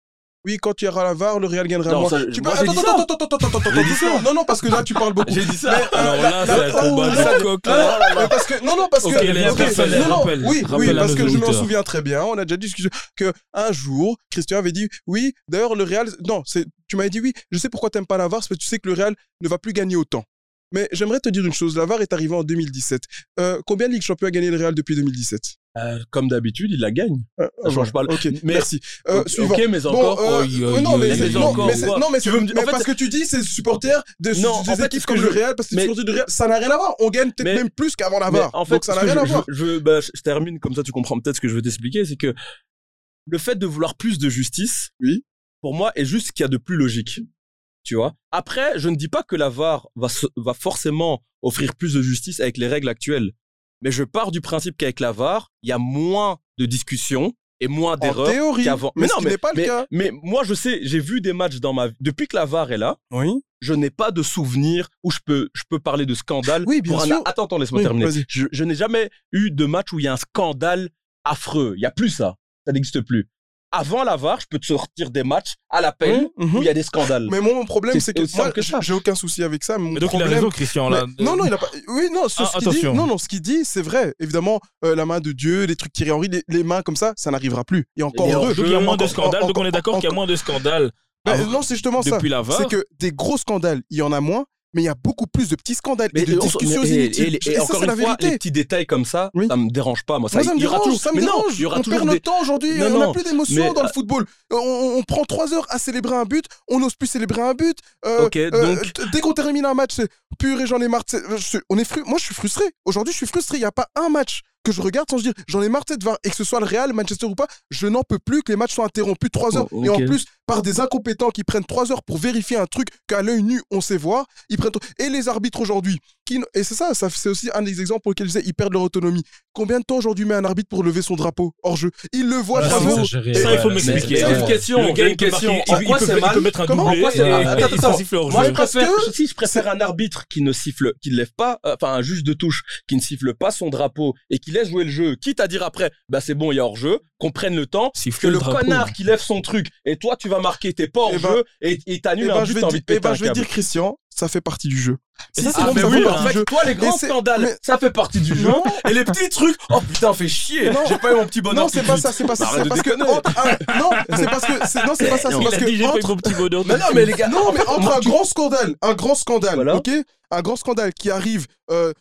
Speaker 5: Oui, quand tu iras à la VAR, le Real gagnera
Speaker 1: Non,
Speaker 5: moins.
Speaker 1: ça,
Speaker 5: Tu
Speaker 1: moi,
Speaker 5: peux-
Speaker 1: j'ai dit
Speaker 5: attends, euh,
Speaker 1: ça.
Speaker 5: attends, attends, attends, attends, attends,
Speaker 1: J'ai dit
Speaker 5: attends,
Speaker 1: ça.
Speaker 5: Non, non, parce que là tu parles beaucoup.
Speaker 1: J'ai dit ça.
Speaker 7: Alors là, c'est un combat de coq.
Speaker 5: Ah, mais parce que non non parce
Speaker 7: Ok,
Speaker 5: que
Speaker 7: les
Speaker 5: ok,
Speaker 7: rappels, les
Speaker 5: non, non,
Speaker 7: rappels.
Speaker 5: oui
Speaker 7: Rappel
Speaker 5: oui
Speaker 7: à
Speaker 5: parce
Speaker 7: nos
Speaker 5: que je m'en
Speaker 7: auditeurs.
Speaker 5: souviens très bien on a déjà discuté que un jour Christian avait dit oui d'ailleurs le Real non c'est tu m'avais dit oui je sais pourquoi t'aimes pas la VAR c'est parce que tu sais que le Real ne va plus gagner autant mais j'aimerais te dire une chose la VAR est arrivée en 2017 Euh, combien de Ligue Champion a gagné le Real depuis 2017
Speaker 1: Euh, comme d'habitude, il la gagne.
Speaker 5: Euh,
Speaker 1: Ça
Speaker 5: voilà.
Speaker 1: change pas le-
Speaker 5: Ok,
Speaker 1: mais-
Speaker 5: merci. Euh,
Speaker 1: Ok, Oh,
Speaker 5: suivant.
Speaker 1: mais encore.
Speaker 5: bon, euh,
Speaker 7: oi,
Speaker 5: euh,
Speaker 7: oi,
Speaker 5: non, mais
Speaker 7: oi,
Speaker 5: c'est-
Speaker 7: mais
Speaker 5: non,
Speaker 7: encore,
Speaker 5: mais c'est-
Speaker 1: quoi.
Speaker 5: non, mais
Speaker 1: Tu
Speaker 5: c'est-
Speaker 1: veux me dire-
Speaker 5: mais
Speaker 1: en fait-
Speaker 5: parce que tu dis, c'est supporters de,
Speaker 1: Non,
Speaker 5: des
Speaker 1: en fait,
Speaker 5: équipes
Speaker 1: ce que
Speaker 5: comme
Speaker 1: je-
Speaker 5: le Real, parce que
Speaker 1: mais-
Speaker 5: c'est supporter du Real, ça n'a rien à voir. On gagne peut-être
Speaker 1: Mais-
Speaker 5: même plus qu'avant la
Speaker 1: Mais
Speaker 5: VAR.
Speaker 1: en fait,
Speaker 5: donc ça
Speaker 1: ce
Speaker 5: n'a
Speaker 1: que
Speaker 5: rien
Speaker 1: je,
Speaker 5: à voir.
Speaker 1: Je, je- bah, je termine comme ça, tu comprends peut-être ce que je veux t'expliquer, c'est que le fait de vouloir plus de justice,
Speaker 5: Oui.
Speaker 1: pour moi, est juste ce qu'il y a de plus logique. Tu vois. Après, je ne dis pas que la VAR va, se- va forcément offrir plus de justice avec les règles actuelles, mais je pars du principe qu'avec la VAR, il y a moins de discussions et moins
Speaker 5: En
Speaker 1: d'erreurs
Speaker 5: théorie.
Speaker 1: qu'avant.
Speaker 5: Mais, ce qui n'est pas
Speaker 1: mais-
Speaker 5: le cas.
Speaker 1: mais moi, je sais, j'ai vu des matchs dans ma vie. Depuis que la VAR est là,
Speaker 5: Oui.
Speaker 1: je n'ai pas de souvenir où je peux, je peux parler de scandale.
Speaker 5: Oui, bien
Speaker 1: pour un-
Speaker 5: sûr.
Speaker 1: Attends, attends, laisse-moi
Speaker 5: Oui,
Speaker 1: terminer.
Speaker 5: vas-y.
Speaker 1: Je, je n'ai jamais eu de match où il y a un scandale affreux. Il n'y a plus ça. Ça n'existe plus. Avant la VAR, je peux te sortir des matchs à la peine
Speaker 7: Hum,
Speaker 5: Oui, mhm.
Speaker 1: où il y a des scandales.
Speaker 5: Mais moi, mon problème,
Speaker 1: C'est
Speaker 5: c'est que
Speaker 1: aussi
Speaker 5: moi,
Speaker 1: simple que ça.
Speaker 5: j'ai aucun souci avec ça. mais Mon
Speaker 7: Mais donc il a
Speaker 5: problème,
Speaker 7: raison, Christian. Là.
Speaker 5: Mais- non, non, il a pas. Oui, non, sur
Speaker 7: Ah,
Speaker 5: ce qu'il dit,
Speaker 7: attention.
Speaker 5: non, non, ce qu'il dit, c'est vrai. Évidemment, euh, la main de Dieu, les trucs Thierry Henry, les, les mains comme ça, ça n'arrivera plus. Et encore
Speaker 1: Et
Speaker 5: heureux.
Speaker 7: Donc il y a moins de
Speaker 5: Encore-
Speaker 7: scandales. Donc on est d'accord
Speaker 5: encore-
Speaker 7: qu'il y a moins de scandales
Speaker 5: Ben,
Speaker 7: avant-
Speaker 5: non, c'est justement ça.
Speaker 7: depuis la VAR.
Speaker 5: c'est que des gros scandales, il y en a moins, mais il y a beaucoup plus de petits scandales et de
Speaker 1: on-
Speaker 5: discussions
Speaker 1: mais- et-
Speaker 5: inutiles.
Speaker 1: et- et
Speaker 5: Et ça,
Speaker 1: encore
Speaker 5: c'est la
Speaker 1: une fois, les
Speaker 5: vérité.
Speaker 1: petits détails comme ça,
Speaker 5: Oui.
Speaker 1: ça me dérange pas. Moi, ça,
Speaker 5: Moi, ça me
Speaker 1: il y aura
Speaker 5: dérange,
Speaker 1: toujours-
Speaker 5: ça me
Speaker 1: mais non,
Speaker 5: dérange.
Speaker 1: il y aura
Speaker 5: on
Speaker 1: toujours
Speaker 5: perd
Speaker 1: des-
Speaker 5: notre temps aujourd'hui,
Speaker 1: Non,
Speaker 5: on n'a
Speaker 1: non,
Speaker 5: plus d'émotion
Speaker 1: mais- euh,
Speaker 5: dans le football. On, on- on prend trois heures à célébrer un but, on n'ose plus célébrer un but. Euh,
Speaker 1: Ok,
Speaker 5: euh,
Speaker 1: donc-
Speaker 5: t- dès qu'on termine un match, c'est pur et j'en ai marre. de ce- je suis- on est fru- Moi, je suis frustré. Aujourd'hui, je suis frustré. Il n'y a pas un match que je regarde sans se dire j'en ai marre de cette VAR. Et que ce soit le Real, Manchester ou pas, je n'en peux plus que les matchs soient interrompus trois heures.
Speaker 1: Oh,
Speaker 5: Et
Speaker 1: ok.
Speaker 5: en plus, par des incompétents qui prennent trois heures pour vérifier un truc qu'à l'œil nu, on sait voir. Ils prennent... Et les arbitres aujourd'hui, qui n- et c'est ça, ça c'est aussi un des exemples pour lesquels je disais, ils perdent leur autonomie. Combien de temps aujourd'hui met un arbitre pour lever son drapeau hors jeu Il le
Speaker 1: Ah,
Speaker 5: voit, bravo.
Speaker 7: Ça, il faut
Speaker 5: Ah, Ouais,
Speaker 7: m'expliquer.
Speaker 5: mais-
Speaker 7: Ouais.
Speaker 5: Une
Speaker 1: question,
Speaker 7: Le gars,
Speaker 1: j'ai
Speaker 7: il
Speaker 1: une
Speaker 7: peut
Speaker 1: question.
Speaker 7: marquer-
Speaker 1: En
Speaker 7: il- il
Speaker 1: quoi
Speaker 7: peut-
Speaker 1: c'est
Speaker 7: Il peut
Speaker 1: mal
Speaker 7: mettre un
Speaker 5: Comment- en
Speaker 7: doublé.
Speaker 1: quoi
Speaker 3: euh,
Speaker 1: c'est-
Speaker 7: et-
Speaker 1: Attends,
Speaker 7: et-
Speaker 1: attends,
Speaker 7: et ça
Speaker 1: attends.
Speaker 7: siffle hors
Speaker 1: Moi,
Speaker 7: jeu.
Speaker 1: je préfère,
Speaker 5: Parce
Speaker 1: si je préfère un arbitre qui ne siffle, qui ne lève pas, euh, enfin, un juge de touche qui ne siffle pas son drapeau et qui laisse jouer le jeu, quitte à dire après, bah, c'est bon, il y a hors-jeu, qu'on prenne le temps,
Speaker 7: Siffler
Speaker 1: que
Speaker 7: le
Speaker 1: le
Speaker 7: drapeau. hein.
Speaker 1: connard qui lève son truc et toi, tu vas marquer tes pas
Speaker 5: Eh ben-
Speaker 1: hors-jeu et et
Speaker 5: Eh
Speaker 1: t'annules
Speaker 5: ben,
Speaker 1: un
Speaker 5: je
Speaker 1: but,
Speaker 5: vais,
Speaker 1: t'as envie
Speaker 5: di-
Speaker 1: de péter
Speaker 5: eh ben,
Speaker 1: un
Speaker 5: je vais
Speaker 1: câble.
Speaker 5: dire, Christian, ça fait partie du jeu.
Speaker 7: Et ça,
Speaker 5: Ah,
Speaker 7: c'est
Speaker 5: mais
Speaker 1: mais
Speaker 5: ça
Speaker 7: vraiment
Speaker 5: fait
Speaker 1: oui,
Speaker 7: pas
Speaker 5: partie
Speaker 1: en
Speaker 5: du
Speaker 1: fait,
Speaker 5: jeu.
Speaker 1: toi, les grands
Speaker 5: c'est-
Speaker 1: scandales,
Speaker 5: mais-
Speaker 1: ça fait partie du jeu.
Speaker 5: Non.
Speaker 1: Et les petits trucs, oh putain, fais chier,
Speaker 5: Non.
Speaker 1: j'ai pas eu mon petit bonheur.
Speaker 5: Non,
Speaker 1: tout
Speaker 5: c'est
Speaker 1: de
Speaker 5: pas
Speaker 1: suite.
Speaker 5: ça, c'est pas ça.
Speaker 1: Bah,
Speaker 5: C'est
Speaker 1: arrête de
Speaker 5: parce que.
Speaker 1: déconner.
Speaker 5: entre un- Non, c'est parce que. c'est- Non, c'est pas ça, c'est
Speaker 7: Il
Speaker 5: parce
Speaker 7: a dit,
Speaker 5: que.
Speaker 7: j'ai pas eu
Speaker 5: entre-
Speaker 7: trop petit bonheur.
Speaker 1: Mais non, mais les gars,
Speaker 5: Non, mais entre
Speaker 1: moi,
Speaker 5: un
Speaker 1: tu-
Speaker 5: grand scandale, un grand scandale,
Speaker 1: Voilà.
Speaker 5: ok Un grand scandale qui arrive euh,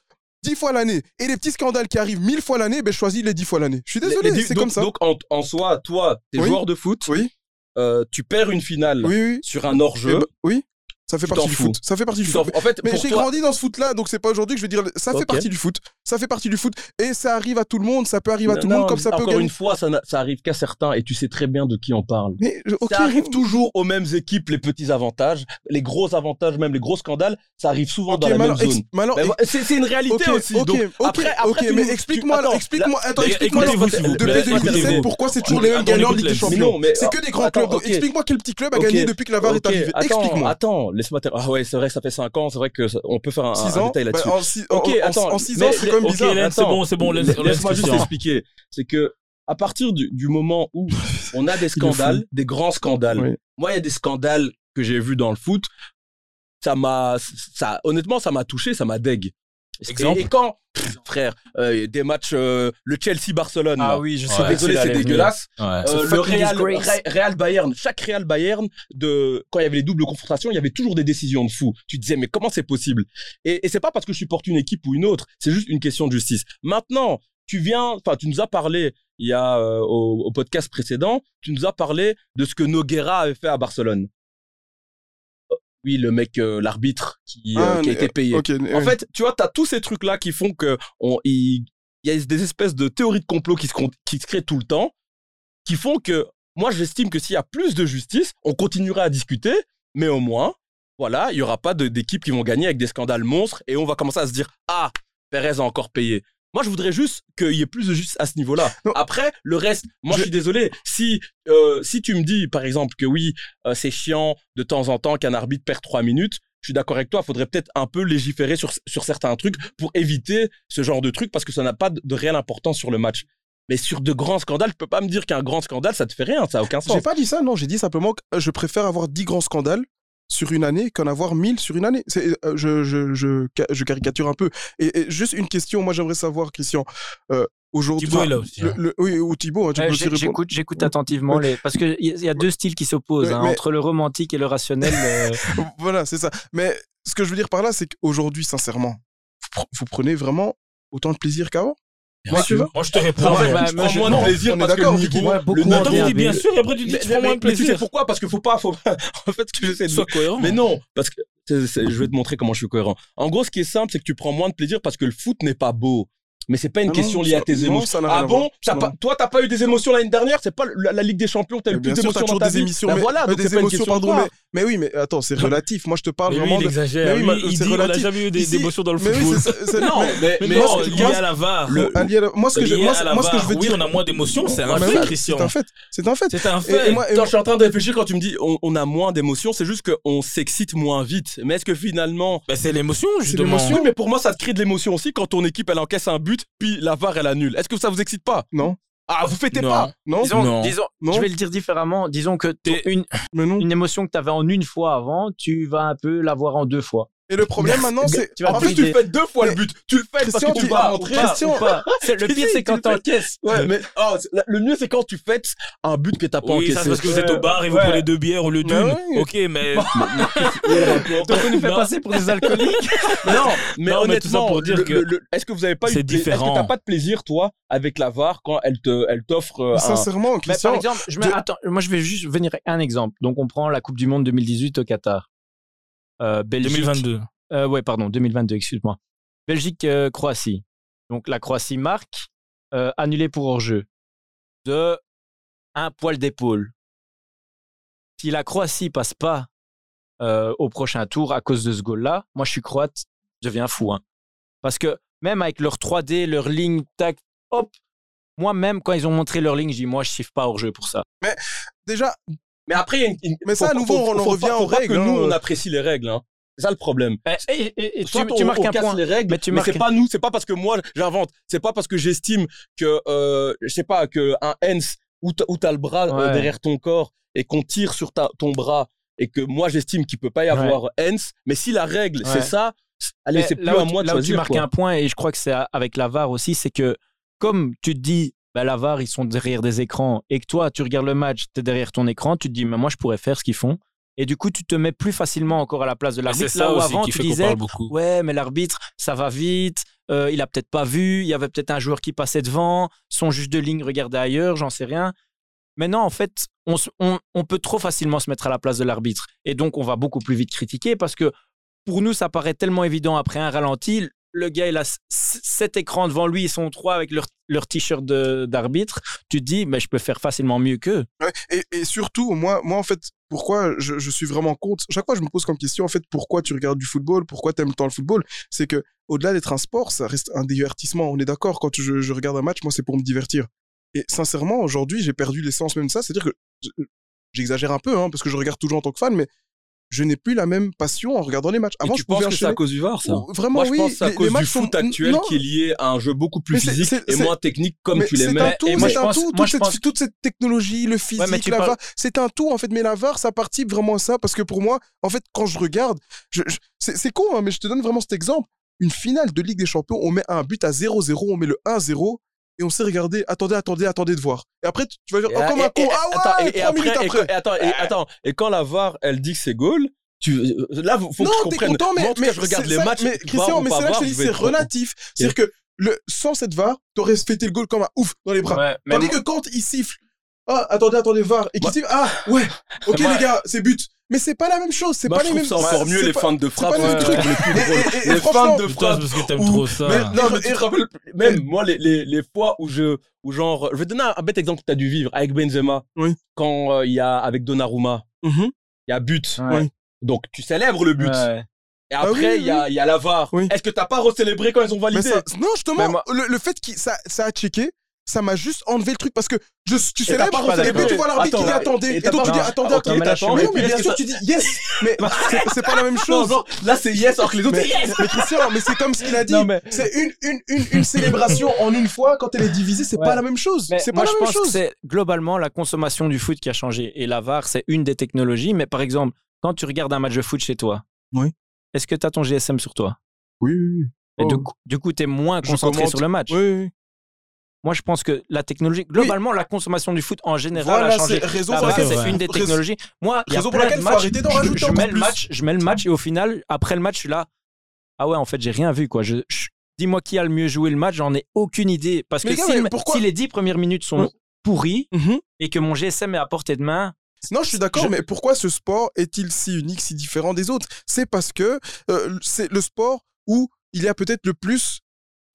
Speaker 5: 10 fois l'année et les petits scandales qui arrivent 1000 fois l'année, ben je choisis les 10 fois l'année. Je suis
Speaker 1: Les- les-
Speaker 5: désolé, c'est
Speaker 1: donc-
Speaker 5: comme ça.
Speaker 1: Donc, en, en soi, toi, t'es
Speaker 5: Oui.
Speaker 1: joueur de foot,
Speaker 5: Oui,
Speaker 1: euh, tu perds une finale
Speaker 5: oui, oui.
Speaker 1: sur un hors-jeu.
Speaker 5: Eh ben, oui, ça fait
Speaker 1: Tu t'en
Speaker 5: partie du
Speaker 1: fous.
Speaker 5: foot. Ça fait partie
Speaker 1: Tu
Speaker 5: du
Speaker 1: t'en-
Speaker 5: foot.
Speaker 1: En fait,
Speaker 5: Mais
Speaker 1: pour
Speaker 5: j'ai
Speaker 1: toi,
Speaker 5: grandi dans ce foot-là, donc c'est pas aujourd'hui que je vais dire. Ça
Speaker 1: Ok.
Speaker 5: fait partie du foot. Ça fait partie du foot. Et ça arrive à tout le monde. Ça peut arriver à tout le
Speaker 1: Non,
Speaker 5: monde
Speaker 1: non,
Speaker 5: comme ça peut
Speaker 1: Encore
Speaker 5: gagner.
Speaker 1: une fois, ça, n'a- ça arrive qu'à certains et tu sais très bien de qui on parle.
Speaker 5: Mais je- ok.
Speaker 1: Ça arrive toujours aux mêmes équipes, les petits avantages, les gros avantages, même les gros scandales, ça arrive souvent
Speaker 5: Ok,
Speaker 1: dans la
Speaker 5: mais
Speaker 1: même
Speaker 5: alors, ex-
Speaker 1: zone.
Speaker 5: mais alors,
Speaker 1: Mais
Speaker 5: ex-
Speaker 1: voilà, C'est c'est une réalité
Speaker 5: ok,
Speaker 1: aussi.
Speaker 5: ok,
Speaker 1: donc,
Speaker 5: ok,
Speaker 1: après, après,
Speaker 5: ok,
Speaker 1: tu
Speaker 5: mais
Speaker 1: nous-
Speaker 5: expliquez-moi
Speaker 1: tu-
Speaker 5: alors,
Speaker 1: attends,
Speaker 5: explique-moi, attends,
Speaker 7: D'ailleurs,
Speaker 5: explique-moi
Speaker 7: écoutez-vous,
Speaker 5: alors,
Speaker 7: s'il vous plaît,
Speaker 5: depuis 2017,
Speaker 7: écoutez-vous.
Speaker 5: pourquoi c'est toujours
Speaker 7: Attendez,
Speaker 5: les mêmes gagnants de Ligue des
Speaker 7: écoutez-les.
Speaker 1: Mais
Speaker 5: Champions
Speaker 1: non, mais- ah,
Speaker 5: C'est que des grands
Speaker 1: attends,
Speaker 5: clubs. Donc,
Speaker 1: ok.
Speaker 5: Explique-moi quel petit club a
Speaker 1: Ok,
Speaker 5: gagné depuis que la VAR
Speaker 1: ok,
Speaker 5: est arrivée.
Speaker 1: attends,
Speaker 5: Explique-moi.
Speaker 1: Attends, laisse-moi. ter- Ah ouais, c'est vrai, ça fait 5 ans, c'est vrai que ça- on peut faire un, un
Speaker 5: 6 ans,
Speaker 1: détail
Speaker 5: bah,
Speaker 1: là-dessus.
Speaker 5: en 6
Speaker 1: Ok, attends, mais-
Speaker 5: ans, c'est quand même
Speaker 7: ok,
Speaker 5: bizarre.
Speaker 7: Hélène,
Speaker 1: Attends.
Speaker 7: c'est bon, c'est bon, laisse-
Speaker 1: Laisse- Laisse-moi
Speaker 7: laisse
Speaker 1: juste
Speaker 7: Christian.
Speaker 1: expliquer. C'est que à partir du, du moment où on a des scandales, des grands scandales.
Speaker 5: Oui.
Speaker 1: Moi, il y a des scandales que j'ai vus dans le foot. Ça m'a, ça, honnêtement, ça m'a touché, ça m'a deg. Et-
Speaker 7: Exemple.
Speaker 1: Et, quand, frère, euh, des matchs, euh, le Chelsea-Barcelone. là.
Speaker 3: Ah oui, je suis
Speaker 1: suis désolé, c'est dégueulasse.
Speaker 7: Ouais.
Speaker 1: Euh,
Speaker 3: It's a
Speaker 1: le
Speaker 3: fucking
Speaker 1: Real,
Speaker 3: disgrace.
Speaker 1: Re- Real Bayern, chaque Real Bayern, de, quand il y avait les doubles confrontations, il y avait toujours des décisions de fou. Tu te disais, mais comment c'est possible Et, et c'est pas parce que je supporte une équipe ou une autre, c'est juste une question de justice. Maintenant, tu viens, enfin, tu nous as parlé, il y a euh, au, au podcast précédent, tu nous as parlé de ce que Noguera avait fait à Barcelone. Euh, Oui, le mec, euh, l'arbitre qui, euh,
Speaker 5: Ah,
Speaker 1: qui a été payé.
Speaker 5: ok,
Speaker 1: En
Speaker 5: ouais.
Speaker 1: fait, tu vois, t'as tous ces trucs-là qui font que on- il il y a des espèces de théories de complot qui se, con- qui se créent tout le temps, qui font que moi, j'estime que s'il y a plus de justice, on continuera à discuter, mais au moins, voilà, il n'y aura pas de- d'équipes qui vont gagner avec des scandales monstres et on va commencer à se dire Ah, Perez a encore payé. Moi, je voudrais juste qu'il y ait plus de justice à ce niveau-là.
Speaker 5: Non.
Speaker 1: Après, le reste, moi, je,
Speaker 5: Je-
Speaker 1: suis désolé. Si, euh, si tu me dis, par exemple, que oui, euh, c'est chiant de temps en temps qu'un arbitre perd trois minutes, je suis d'accord avec toi, il faudrait peut-être un peu légiférer sur, sur certains trucs pour éviter ce genre de truc parce que ça n'a pas de, de réelle importance sur le match. Mais sur de grands scandales, tu peux pas me dire qu'un grand scandale, ça te fait rien, ça n'a aucun
Speaker 5: J'ai
Speaker 1: sens.
Speaker 5: pas dit ça, non, j'ai dit simplement que euh, je préfère avoir 10 grands scandales sur une année qu'en avoir 1000 sur une année. C'est, euh, je, je, je, ca- je caricature un peu. Et, et juste une question, moi j'aimerais savoir, Christian, euh, aujourd'hui.
Speaker 7: Thibaut est là
Speaker 5: enfin,
Speaker 7: aussi,
Speaker 5: le-
Speaker 7: hein.
Speaker 5: le- oui, ou Thibaut, hein, tu
Speaker 3: Ouais,
Speaker 5: peux aussi
Speaker 3: j'ai-
Speaker 5: répondre.
Speaker 3: Euh, J'écoute, j'écoute attentivement les, parce que il y, a- il y a deux styles qui s'opposent
Speaker 5: Ouais,
Speaker 3: hein,
Speaker 5: mais-
Speaker 3: entre le romantique et le rationnel. euh,
Speaker 5: *laughs* voilà, c'est ça. Mais ce que je veux dire par là, c'est qu'aujourd'hui, sincèrement, vous pr- vous prenez vraiment autant de plaisir qu'avant Moi, tu vois
Speaker 7: Moi, je te réponds.
Speaker 3: ouais,
Speaker 7: ouais.
Speaker 3: bah, moi,
Speaker 1: prends
Speaker 3: je-
Speaker 1: moins de
Speaker 3: non,
Speaker 1: plaisir
Speaker 5: on est
Speaker 1: parce que
Speaker 5: d'accord,
Speaker 1: le
Speaker 5: Vicky.
Speaker 1: niveau-
Speaker 3: ouais, beaucoup
Speaker 1: le
Speaker 3: moins
Speaker 1: Attends,
Speaker 7: Attends,
Speaker 3: bien,
Speaker 7: oui, bien
Speaker 3: mais-
Speaker 7: sûr, et après tu dis
Speaker 1: Mais-
Speaker 7: tu
Speaker 1: mais-
Speaker 7: prends moins de
Speaker 1: mais tu sais
Speaker 7: plaisir.
Speaker 1: pourquoi Parce qu'il faut pas. *laughs* Faut... en fait, ce que j'essaie de
Speaker 7: Sois cohérent.
Speaker 1: Mais non, parce que c'est- c'est- je vais te montrer comment je suis cohérent. En gros, ce qui est simple, c'est que tu prends moins de plaisir parce que le foot n'est pas beau. Mais c'est pas
Speaker 5: Ah
Speaker 1: une
Speaker 5: non,
Speaker 1: question liée
Speaker 5: ça-
Speaker 1: à tes
Speaker 5: non,
Speaker 1: émotions.
Speaker 5: ça n'a rien
Speaker 1: ah
Speaker 5: à
Speaker 1: bon
Speaker 5: voir.
Speaker 1: T'as
Speaker 5: Non.
Speaker 1: pas- Toi, t'as pas eu des émotions l'année dernière C'est pas le- la, la Ligue des Champions, t'as
Speaker 5: Mais
Speaker 1: eu
Speaker 5: Bien
Speaker 1: plus
Speaker 5: sûr,
Speaker 1: d'émotions
Speaker 5: t'as
Speaker 1: dans
Speaker 5: toujours
Speaker 1: ta
Speaker 5: des
Speaker 1: vie.
Speaker 5: émotions,
Speaker 1: Bah
Speaker 5: mais,
Speaker 1: voilà,
Speaker 5: mais
Speaker 1: donc c'est
Speaker 5: des
Speaker 1: pas une
Speaker 5: émotions,
Speaker 1: question de
Speaker 5: pardon,
Speaker 1: croire.
Speaker 5: mais, mais oui, mais attends, c'est relatif. Moi, je te parle
Speaker 7: Mais lui,
Speaker 5: vraiment
Speaker 7: il
Speaker 5: de...
Speaker 7: exagère.
Speaker 5: mais oui,
Speaker 7: Lui,
Speaker 5: mais
Speaker 7: il
Speaker 5: c'est
Speaker 7: dit on n'a
Speaker 5: relatif.
Speaker 7: jamais eu des
Speaker 5: Ici-
Speaker 7: émotions dans le
Speaker 5: Mais oui,
Speaker 7: football.
Speaker 5: c'est- c'est-
Speaker 7: Non,
Speaker 5: mais-
Speaker 7: mais, mais
Speaker 5: moi,
Speaker 7: non,
Speaker 5: ce que-
Speaker 7: lié
Speaker 5: moi,
Speaker 7: à la VAR.
Speaker 5: Le- allié à la- moi, ce que je,
Speaker 7: Lié
Speaker 5: moi,
Speaker 7: à la
Speaker 5: moi, ce que je
Speaker 7: VAR.
Speaker 5: veux
Speaker 7: oui,
Speaker 5: dire,
Speaker 7: on a moins d'émotions, c'est un
Speaker 5: Ouais, mais
Speaker 7: fait,
Speaker 5: ça,
Speaker 7: Christian.
Speaker 5: C'est un fait. C'est un fait.
Speaker 7: C'est un
Speaker 5: Et- et
Speaker 7: fait.
Speaker 5: moi- et
Speaker 1: Attends,
Speaker 5: moi-
Speaker 1: je suis en train de réfléchir quand tu me dis on, on a moins d'émotions, c'est juste qu'on s'excite moins vite. Mais est-ce que finalement.
Speaker 7: Bah, c'est l'émotion, justement.
Speaker 5: l'émotion.
Speaker 1: Oui, mais pour moi, ça te crée de l'émotion aussi quand ton équipe elle encaisse un but, puis la VAR elle annule. Est-ce que ça vous excite pas
Speaker 5: Non.
Speaker 1: Ah, vous fêtez
Speaker 7: Non.
Speaker 1: pas
Speaker 5: Non,
Speaker 3: disons,
Speaker 7: Non.
Speaker 3: disons-
Speaker 5: Non.
Speaker 3: je vais le dire différemment. Disons que ton-
Speaker 7: T'es-
Speaker 3: une,
Speaker 5: mais non.
Speaker 3: une émotion que tu avais en une fois avant, tu vas un peu l'avoir en deux fois.
Speaker 5: Et
Speaker 7: *laughs*
Speaker 5: le problème maintenant, c'est.
Speaker 3: Tu vas
Speaker 1: En
Speaker 3: te
Speaker 1: plus, tu le
Speaker 3: brider.
Speaker 1: fais deux fois le
Speaker 5: Mais-
Speaker 1: but. Tu le fais parce
Speaker 5: Christian,
Speaker 1: que tu
Speaker 5: tu-
Speaker 1: vas
Speaker 5: ah,
Speaker 1: rentrer.
Speaker 5: Christian,
Speaker 3: Ou pas. C'est- le pire, c'est quand t'encaisses.
Speaker 1: Ouais, mais oh, c'est- la- le mieux c'est quand tu fêtes un but que t'as pas
Speaker 7: Oui,
Speaker 1: encaissé.
Speaker 7: ça, c'est parce que vous êtes
Speaker 1: Ouais.
Speaker 7: au bar et vous
Speaker 1: Ouais.
Speaker 7: prenez deux bières au lieu d'une.
Speaker 5: Bah oui.
Speaker 7: Ok,
Speaker 1: *laughs*
Speaker 7: mais.
Speaker 3: Donc, on nous fait
Speaker 7: Non.
Speaker 3: passer pour des alcooliques.
Speaker 1: *laughs* Non, mais
Speaker 7: Non,
Speaker 1: honnêtement,
Speaker 7: mais tout ça pour dire
Speaker 1: le-
Speaker 7: que
Speaker 1: le- le- est-ce que vous avez pas eu
Speaker 7: c'est
Speaker 1: de pla- Est-ce
Speaker 7: différent.
Speaker 1: que t'as pas de plaisir toi avec la VAR quand elle te, elle t'offre euh, un.
Speaker 5: Sincèrement,
Speaker 3: Mais par
Speaker 5: Christian.
Speaker 3: exemple, je mets-
Speaker 5: de-
Speaker 3: attends, moi je vais juste venir avec un exemple. Donc on prend la Coupe du Monde 2018 au Qatar. Euh, Belgique,
Speaker 7: 2022.
Speaker 3: Euh, ouais, pardon, 2022, excuse-moi. Belgique-Croatie. Donc la Croatie marque, euh, annulée pour hors-jeu, de un poil d'épaule. Si la Croatie passe pas euh, au prochain tour à cause de ce goal-là, moi je suis croate, je deviens fou. hein. Parce que même avec leur 3D, leur ligne, tac, hop, moi-même, quand ils ont montré leur ligne, j'ai dit, moi je chiffre pas hors-jeu pour ça.
Speaker 5: Déjà,
Speaker 1: Mais après, il y a une, une-
Speaker 5: Mais ça,
Speaker 1: faut
Speaker 5: à
Speaker 1: pas-
Speaker 5: nouveau,
Speaker 1: faut-
Speaker 5: on en
Speaker 1: faut
Speaker 5: revient
Speaker 1: pas- faut
Speaker 5: aux
Speaker 1: pas
Speaker 5: règles,
Speaker 1: Que
Speaker 5: hein.
Speaker 1: nous, on apprécie les règles. hein. C'est ça le problème.
Speaker 3: Bah, Et, et- et tu,
Speaker 1: Soit
Speaker 3: tu
Speaker 1: on-
Speaker 3: marques
Speaker 1: on
Speaker 3: un
Speaker 1: casse
Speaker 3: point.
Speaker 1: les règles,
Speaker 3: Mais
Speaker 1: mais,
Speaker 3: tu marques-
Speaker 1: c'est pas nous, c'est pas parce que moi j'invente, c'est pas parce que j'estime que euh, je sais pas que un hens où t'as- où t'as le bras euh,
Speaker 3: Ouais.
Speaker 1: derrière ton corps et qu'on tire sur ta, ton bras et que moi j'estime qu'il peut pas y avoir hens, mais si la règle
Speaker 3: Ouais.
Speaker 1: c'est ça, c'est- allez
Speaker 3: Mais
Speaker 1: c'est plus
Speaker 3: là où
Speaker 1: à
Speaker 3: tu-
Speaker 1: moi de
Speaker 3: là où tu
Speaker 1: choisir.
Speaker 3: marques
Speaker 1: quoi.
Speaker 3: un point, et je crois que c'est à- avec la VAR aussi, c'est que comme tu te dis, bah, la VAR, ils sont derrière des écrans, et que toi, tu regardes le match, tu es derrière ton écran, tu te dis, mais moi, je pourrais faire ce qu'ils font. Et du coup, tu te mets plus facilement encore à la place de
Speaker 1: Ah,
Speaker 7: Mais C'est
Speaker 3: l'arbitre.
Speaker 7: ça
Speaker 3: Là où
Speaker 7: aussi
Speaker 3: avant,
Speaker 7: qui
Speaker 3: tu
Speaker 7: fait qu'on parle
Speaker 3: disais,
Speaker 7: beaucoup.
Speaker 3: ouais, mais l'arbitre, ça va vite, euh, il a peut-être pas vu, il y avait peut-être un joueur qui passait devant, son juge de ligne regardait ailleurs, j'en sais rien. Maintenant, en fait, on, se- on- on peut trop facilement se mettre à la place de l'arbitre. Et donc, on va beaucoup plus vite critiquer parce que pour nous, ça paraît tellement évident après un ralenti. Le gars, il a s- s- sept écrans devant lui, ils sont trois avec leur, leur t-shirt de- d'arbitre. Tu te dis, mais je peux faire facilement mieux qu'eux.
Speaker 5: Ouais, et, et surtout, moi, moi, en fait, pourquoi je, je suis vraiment contre Chaque fois, je me pose comme question, en fait, pourquoi tu regardes du football Pourquoi t'aimes tant le football C'est que, au-delà d'être un sport, ça reste un divertissement. On est d'accord, quand je, je regarde un match, moi, c'est pour me divertir. Et sincèrement, aujourd'hui, j'ai perdu l'essence même de ça. C'est-à-dire que je- j'exagère un peu, hein, parce que je regarde toujours en tant que fan, mais je n'ai plus la même passion en regardant les matchs.
Speaker 1: Et
Speaker 5: Avant,
Speaker 1: tu
Speaker 5: je
Speaker 1: penses
Speaker 5: pouvais
Speaker 1: que c'est à
Speaker 5: enchaîner.
Speaker 1: cause du VAR ça
Speaker 5: Ou- Vraiment,
Speaker 1: Moi je
Speaker 5: oui.
Speaker 1: pense que c'est à
Speaker 5: les- les
Speaker 1: cause du
Speaker 5: matchs sont-
Speaker 1: foot actuel
Speaker 5: Non,
Speaker 1: qui est lié à un jeu beaucoup plus
Speaker 5: Mais c'est-
Speaker 1: physique
Speaker 5: c'est-
Speaker 1: et
Speaker 5: c'est-
Speaker 1: moins technique comme
Speaker 5: mais
Speaker 1: tu les
Speaker 5: c'est
Speaker 1: mets.
Speaker 5: un tout,
Speaker 3: Et moi,
Speaker 5: c'est
Speaker 3: je
Speaker 5: un
Speaker 3: pense-
Speaker 5: tout,
Speaker 3: moi,
Speaker 5: toute,
Speaker 3: je
Speaker 5: cette,
Speaker 3: pense-
Speaker 5: toute cette technologie, le physique,
Speaker 3: mais tu
Speaker 5: la
Speaker 3: parles-
Speaker 5: VAR, c'est un tout en fait, mais la VAR, ça partit vraiment à ça, parce que pour moi, en fait, quand je regarde, je- je- c'est c'est con, hein, mais je te donne vraiment cet exemple. une finale de Ligue des Champions, on met un but à 0-0, on met le 1-0 et on sait regarder, attendez, attendez, attendez de voir. Et après, tu tu vas dire,
Speaker 1: Et-
Speaker 5: oh, comme un
Speaker 1: et-
Speaker 5: con,
Speaker 1: et-
Speaker 5: ah
Speaker 1: attends,
Speaker 5: ouais,
Speaker 1: et- et
Speaker 5: trois
Speaker 1: après,
Speaker 5: minutes
Speaker 1: et-
Speaker 5: après. Euh.
Speaker 1: et attends, et, attends, et quand la VAR, elle dit que c'est goal, tu, euh, là, faut que
Speaker 5: non, t'es
Speaker 1: je comprenne.
Speaker 5: content, mais,
Speaker 1: Moi, en tout cas,
Speaker 5: mais
Speaker 1: je regarde
Speaker 5: c'est
Speaker 1: les
Speaker 5: ça-
Speaker 1: matchs.
Speaker 5: Mais
Speaker 1: VAR
Speaker 5: Christian,
Speaker 1: ou
Speaker 5: mais
Speaker 1: pas
Speaker 5: c'est là que je
Speaker 1: VAR,
Speaker 5: te dis,
Speaker 1: vais
Speaker 5: c'est
Speaker 1: être-
Speaker 5: relatif. C'est-à-dire que le, sans cette VAR, t'aurais fêté le goal comme un ouf dans les bras.
Speaker 3: Ouais, mais
Speaker 5: Tandis
Speaker 3: moi-
Speaker 5: que quand il siffle, ah, attendez, attendez, VAR, et qu'il
Speaker 1: Moi-
Speaker 5: siffle, ah, ouais, ok
Speaker 1: Mais moi-
Speaker 5: les gars, c'est but. Mais c'est pas la même chose, c'est
Speaker 1: Moi,
Speaker 5: pas
Speaker 1: je
Speaker 5: les
Speaker 1: trouve
Speaker 5: mêmes
Speaker 1: ça encore
Speaker 5: c'est
Speaker 1: mieux, les
Speaker 5: pas-
Speaker 1: fans de
Speaker 5: c'est
Speaker 1: frappe.
Speaker 5: pas les mêmes
Speaker 1: ouais.
Speaker 5: trucs. Et- et- et
Speaker 1: Les
Speaker 5: franchement-
Speaker 1: fans de
Speaker 7: Putain,
Speaker 1: frappe.
Speaker 7: c'est parce que t'aimes
Speaker 1: Ou-
Speaker 7: trop ça.
Speaker 1: Mais, *laughs* non, mais
Speaker 5: Et-
Speaker 1: tu te rappelles, même moi, les, les, les fois où je, où genre, je vais te donner un, un bête exemple que t'as dû vivre avec Benzema.
Speaker 5: Oui.
Speaker 1: Quand euh, il y a, avec Donnarumma,
Speaker 5: Mhm.
Speaker 1: il y a but.
Speaker 3: Ouais.
Speaker 1: Donc, tu célèbres le but.
Speaker 3: Ouais.
Speaker 1: Et
Speaker 5: Ah
Speaker 1: après, il
Speaker 5: oui,
Speaker 1: y, a, il y a la VAR.
Speaker 5: Oui.
Speaker 1: Est-ce que t'as pas recélébré quand ils ont
Speaker 5: Mais
Speaker 1: validé
Speaker 5: ça- non, justement,
Speaker 1: Mais moi-
Speaker 5: le, le fait que ça, ça a checké, ça m'a juste enlevé le truc parce que je, tu
Speaker 1: t'as
Speaker 5: célèbres,
Speaker 1: pas
Speaker 5: et puis
Speaker 1: remarqué.
Speaker 5: tu vois l'arbitre qui dit
Speaker 1: Attends,
Speaker 5: attendez,
Speaker 1: et
Speaker 5: et,
Speaker 1: t'as
Speaker 5: donc
Speaker 1: pas-
Speaker 5: tu dis
Speaker 3: Non,
Speaker 5: attendez,
Speaker 1: attends,
Speaker 5: attendez,
Speaker 3: mais là, je suis-
Speaker 5: attends, mais,
Speaker 1: mais
Speaker 5: oui, mais
Speaker 1: est-ce
Speaker 5: bien
Speaker 1: que
Speaker 5: sûr
Speaker 1: ça-
Speaker 5: tu dis yes, mais *laughs* c'est- c'est pas la même
Speaker 1: Non,
Speaker 5: chose.
Speaker 1: genre, là, c'est yes, alors que les autres,
Speaker 5: mais,
Speaker 1: c'est yes.
Speaker 5: mais Christian, mais c'est comme ce qu'il a dit,
Speaker 1: Non, mais-
Speaker 5: c'est une, une, une, une célébration en une fois quand elle est divisée, c'est
Speaker 3: Ouais.
Speaker 5: pas la même chose.
Speaker 3: Mais
Speaker 5: C'est pas
Speaker 3: moi,
Speaker 5: la
Speaker 3: je
Speaker 5: même
Speaker 3: pense que
Speaker 5: chose.
Speaker 3: c'est globalement la consommation du foot qui a changé. Et la VAR, c'est une des technologies. Mais par exemple, quand tu regardes un match de foot chez toi,
Speaker 5: Oui.
Speaker 3: est-ce que tu as ton GSM sur toi
Speaker 5: Oui, oui,
Speaker 3: Et
Speaker 5: Oh.
Speaker 3: du coup, du coup, tu es moins
Speaker 5: Je
Speaker 3: concentré
Speaker 5: commente.
Speaker 3: sur le match.
Speaker 5: oui. oui, oui.
Speaker 3: Moi, je pense que la technologie, globalement, la consommation du foot en général a
Speaker 5: Voilà,
Speaker 3: changé.
Speaker 5: c'est raison
Speaker 3: La
Speaker 5: pour
Speaker 3: VAR,
Speaker 5: laquelle
Speaker 3: c'est une des technologies. Moi, il y a
Speaker 5: raison pour
Speaker 3: plein
Speaker 5: laquelle
Speaker 3: de
Speaker 5: faut
Speaker 3: matchs,
Speaker 5: arrêter d'en
Speaker 3: je-
Speaker 5: rajouter
Speaker 3: je,
Speaker 5: encore
Speaker 3: mets le
Speaker 5: plus.
Speaker 3: match, je mets le match et au final, après le match, je suis là. Ah ouais, en fait, j'ai rien vu quoi. Je, je- dis-moi qui a le mieux joué le match, j'en ai aucune idée. Parce
Speaker 5: Mais
Speaker 3: que
Speaker 5: les gars,
Speaker 3: si,
Speaker 5: mais
Speaker 3: le-
Speaker 5: pourquoi-
Speaker 3: si les dix premières minutes sont
Speaker 5: Ouais.
Speaker 3: pourries
Speaker 5: Mhm.
Speaker 3: et que mon GSM est à portée de main,
Speaker 5: Non, je suis d'accord,
Speaker 3: Je-
Speaker 5: mais pourquoi ce sport est-il si unique, si différent des autres C'est parce que euh, c'est le sport où il y a peut-être le plus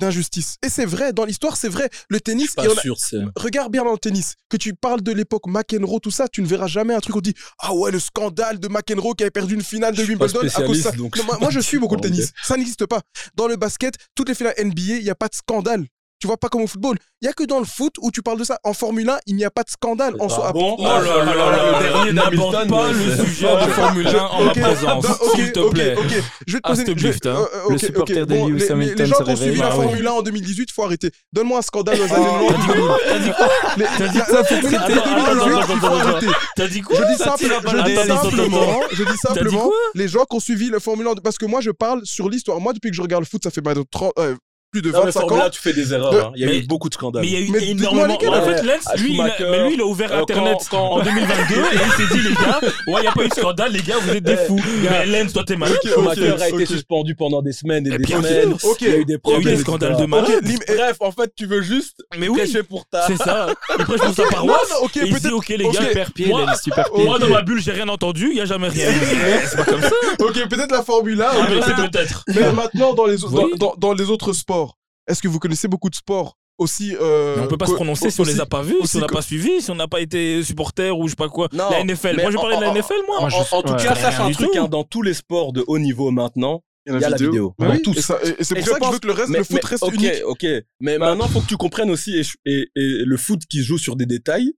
Speaker 5: d'injustice. Et c'est vrai, dans l'histoire, c'est vrai. Le
Speaker 1: Je
Speaker 5: tennis,
Speaker 1: suis
Speaker 5: il y en
Speaker 1: pas
Speaker 5: a-
Speaker 1: sûr, c'est.
Speaker 5: regarde bien dans le tennis, que tu parles de l'époque McEnroe, tout ça, tu ne verras jamais un truc où on dit Ah ouais, le scandale de McEnroe qui avait perdu une finale de
Speaker 1: suis pas
Speaker 5: Wimbledon à cause de ça.
Speaker 1: spécialiste, donc-
Speaker 5: Non, moi, moi, je suis beaucoup le
Speaker 1: *laughs* Ok.
Speaker 5: tennis. Ça n'existe pas. Dans le basket, toutes les finales NBA, il n'y a pas de scandale. Tu vois, pas comme au football. Il n'y a que dans le foot où tu parles de ça. En Formule 1, il n'y a pas de scandale. En soi,
Speaker 1: Ah bon
Speaker 7: Oh là là là,
Speaker 1: le dernier
Speaker 7: n'aborde
Speaker 1: d'Hamilton,
Speaker 7: pas
Speaker 1: mais
Speaker 7: le
Speaker 1: c'est-
Speaker 7: sujet de Formule 1 en ma
Speaker 5: Ah, Ok,
Speaker 7: présence,
Speaker 5: d'accord,
Speaker 7: s'il
Speaker 5: ok,
Speaker 7: te
Speaker 5: ok,
Speaker 7: plaît.
Speaker 5: ok. Je vais te
Speaker 7: Ah,
Speaker 5: poser
Speaker 7: c'était
Speaker 5: une- je vais-
Speaker 7: lift, hein.
Speaker 5: euh, euh,
Speaker 3: Le
Speaker 5: ok, ok.
Speaker 3: supporter de
Speaker 5: Bon,
Speaker 3: Lewis
Speaker 5: les- les-
Speaker 3: Hamilton
Speaker 5: Les gens
Speaker 3: se
Speaker 5: qui ont suivi
Speaker 3: réveille.
Speaker 5: la
Speaker 7: Bah oui.
Speaker 5: Formule 1 en 2018, faut arrêter. Donne-moi un scandale dans les années
Speaker 7: Oh, T'as dit quoi T'as dit quoi
Speaker 5: 90. Les-
Speaker 7: T'as dit
Speaker 5: la-
Speaker 7: quoi
Speaker 5: la Formule 1 en
Speaker 7: Attends, attends, attends,
Speaker 5: 2018, il faut
Speaker 7: attends, attends.
Speaker 5: arrêter.
Speaker 7: T'as dit quoi
Speaker 5: Je dis,
Speaker 7: Ça
Speaker 5: simple-
Speaker 7: tire la
Speaker 5: je
Speaker 7: balle.
Speaker 5: dis
Speaker 7: Attends,
Speaker 5: simplement, je dis
Speaker 7: dit
Speaker 5: simplement,
Speaker 7: quoi
Speaker 5: les gens qui ont suivi la Formule 1, parce que moi je parle sur l'histoire. Moi depuis que je regarde le foot, ça fait maintenant 30, euh, plus de
Speaker 1: Non, mais
Speaker 5: 25
Speaker 1: Formule
Speaker 5: ans.
Speaker 1: 1, tu fais des erreurs.
Speaker 5: De-
Speaker 1: hein. Il y a
Speaker 7: Mais-
Speaker 1: eu beaucoup de scandales.
Speaker 7: Mais il y a eu
Speaker 5: Mais dites-moi
Speaker 7: énormément.
Speaker 5: lesquels,
Speaker 7: en fait,
Speaker 1: ouais.
Speaker 7: Lens,
Speaker 1: Ah,
Speaker 7: lui, il a,
Speaker 1: Schumacher.
Speaker 7: mais lui, il a ouvert
Speaker 1: Euh,
Speaker 7: Internet
Speaker 1: quand- quand-
Speaker 7: en 2022 et il s'est dit, les
Speaker 5: *laughs*
Speaker 7: gars, ouais, il n'y a pas eu de scandale, les gars, vous êtes
Speaker 1: eh,
Speaker 7: des fous. Mais Lens, toi, t'es malade.
Speaker 5: Ok,
Speaker 1: Schumacher
Speaker 5: ok,
Speaker 1: a été
Speaker 5: ok.
Speaker 1: suspendu pendant des semaines et,
Speaker 7: Et
Speaker 1: des
Speaker 7: bien
Speaker 1: semaines.
Speaker 7: sûr.
Speaker 1: Il y a eu des
Speaker 7: Il y a
Speaker 1: problèmes.
Speaker 7: eu des scandales de
Speaker 1: etc.
Speaker 7: malade. euh,
Speaker 5: lim- et-
Speaker 1: Bref, en fait, tu veux juste
Speaker 7: Mais oui,
Speaker 1: prêcher pour ta.
Speaker 7: c'est ça. Il prêche pour sa
Speaker 5: Ok,
Speaker 7: paroisse.
Speaker 5: non, non, ok,
Speaker 7: et il dit,
Speaker 5: peut-être-
Speaker 7: ok, les
Speaker 5: ok.
Speaker 7: gars, moi,
Speaker 3: super
Speaker 7: moi, dans ma bulle, j'ai rien entendu, il n'y a jamais rien.
Speaker 5: *laughs*
Speaker 7: C'est pas comme ça. Ah,
Speaker 5: Ok, peut-être la Formule 1. ok,
Speaker 7: mais
Speaker 5: peut-être-
Speaker 7: c'est peut-être.
Speaker 5: Mais maintenant, dans les, au-
Speaker 7: Oui.
Speaker 5: dans, dans- dans les autres sports, est-ce que vous connaissez beaucoup de sports aussi euh,
Speaker 7: Mais on peut pas se
Speaker 5: co-
Speaker 7: prononcer si on
Speaker 5: aussi-
Speaker 7: les a pas vus, si
Speaker 5: aussi
Speaker 7: on n'a
Speaker 5: que-
Speaker 7: pas suivi, si on n'a pas été supporter ou je sais pas quoi.
Speaker 1: *laughs* Non,
Speaker 7: la NFL.
Speaker 1: mais
Speaker 7: Moi, je parlais de la
Speaker 1: en- en-
Speaker 7: NFL, moi.
Speaker 1: En, en- en tout
Speaker 3: Ouais.
Speaker 1: cas,
Speaker 7: C'est
Speaker 1: sache
Speaker 7: rien
Speaker 1: un
Speaker 7: du
Speaker 1: truc,
Speaker 7: tout.
Speaker 1: hein, dans tous les sports de haut niveau maintenant, il y a la vidéo.
Speaker 5: Bah
Speaker 1: Dans
Speaker 5: oui,
Speaker 1: tous.
Speaker 5: et, ça- et- et c'est
Speaker 1: Et
Speaker 5: pour ça
Speaker 1: je
Speaker 5: que je
Speaker 1: pense-
Speaker 5: veux que le reste,
Speaker 1: Mais-
Speaker 5: le foot
Speaker 1: mais-
Speaker 5: reste
Speaker 1: ok,
Speaker 5: unique.
Speaker 1: Ok, mais
Speaker 7: Bah.
Speaker 1: maintenant, faut que tu comprennes aussi, et, je- et- et le foot qui se joue sur des détails.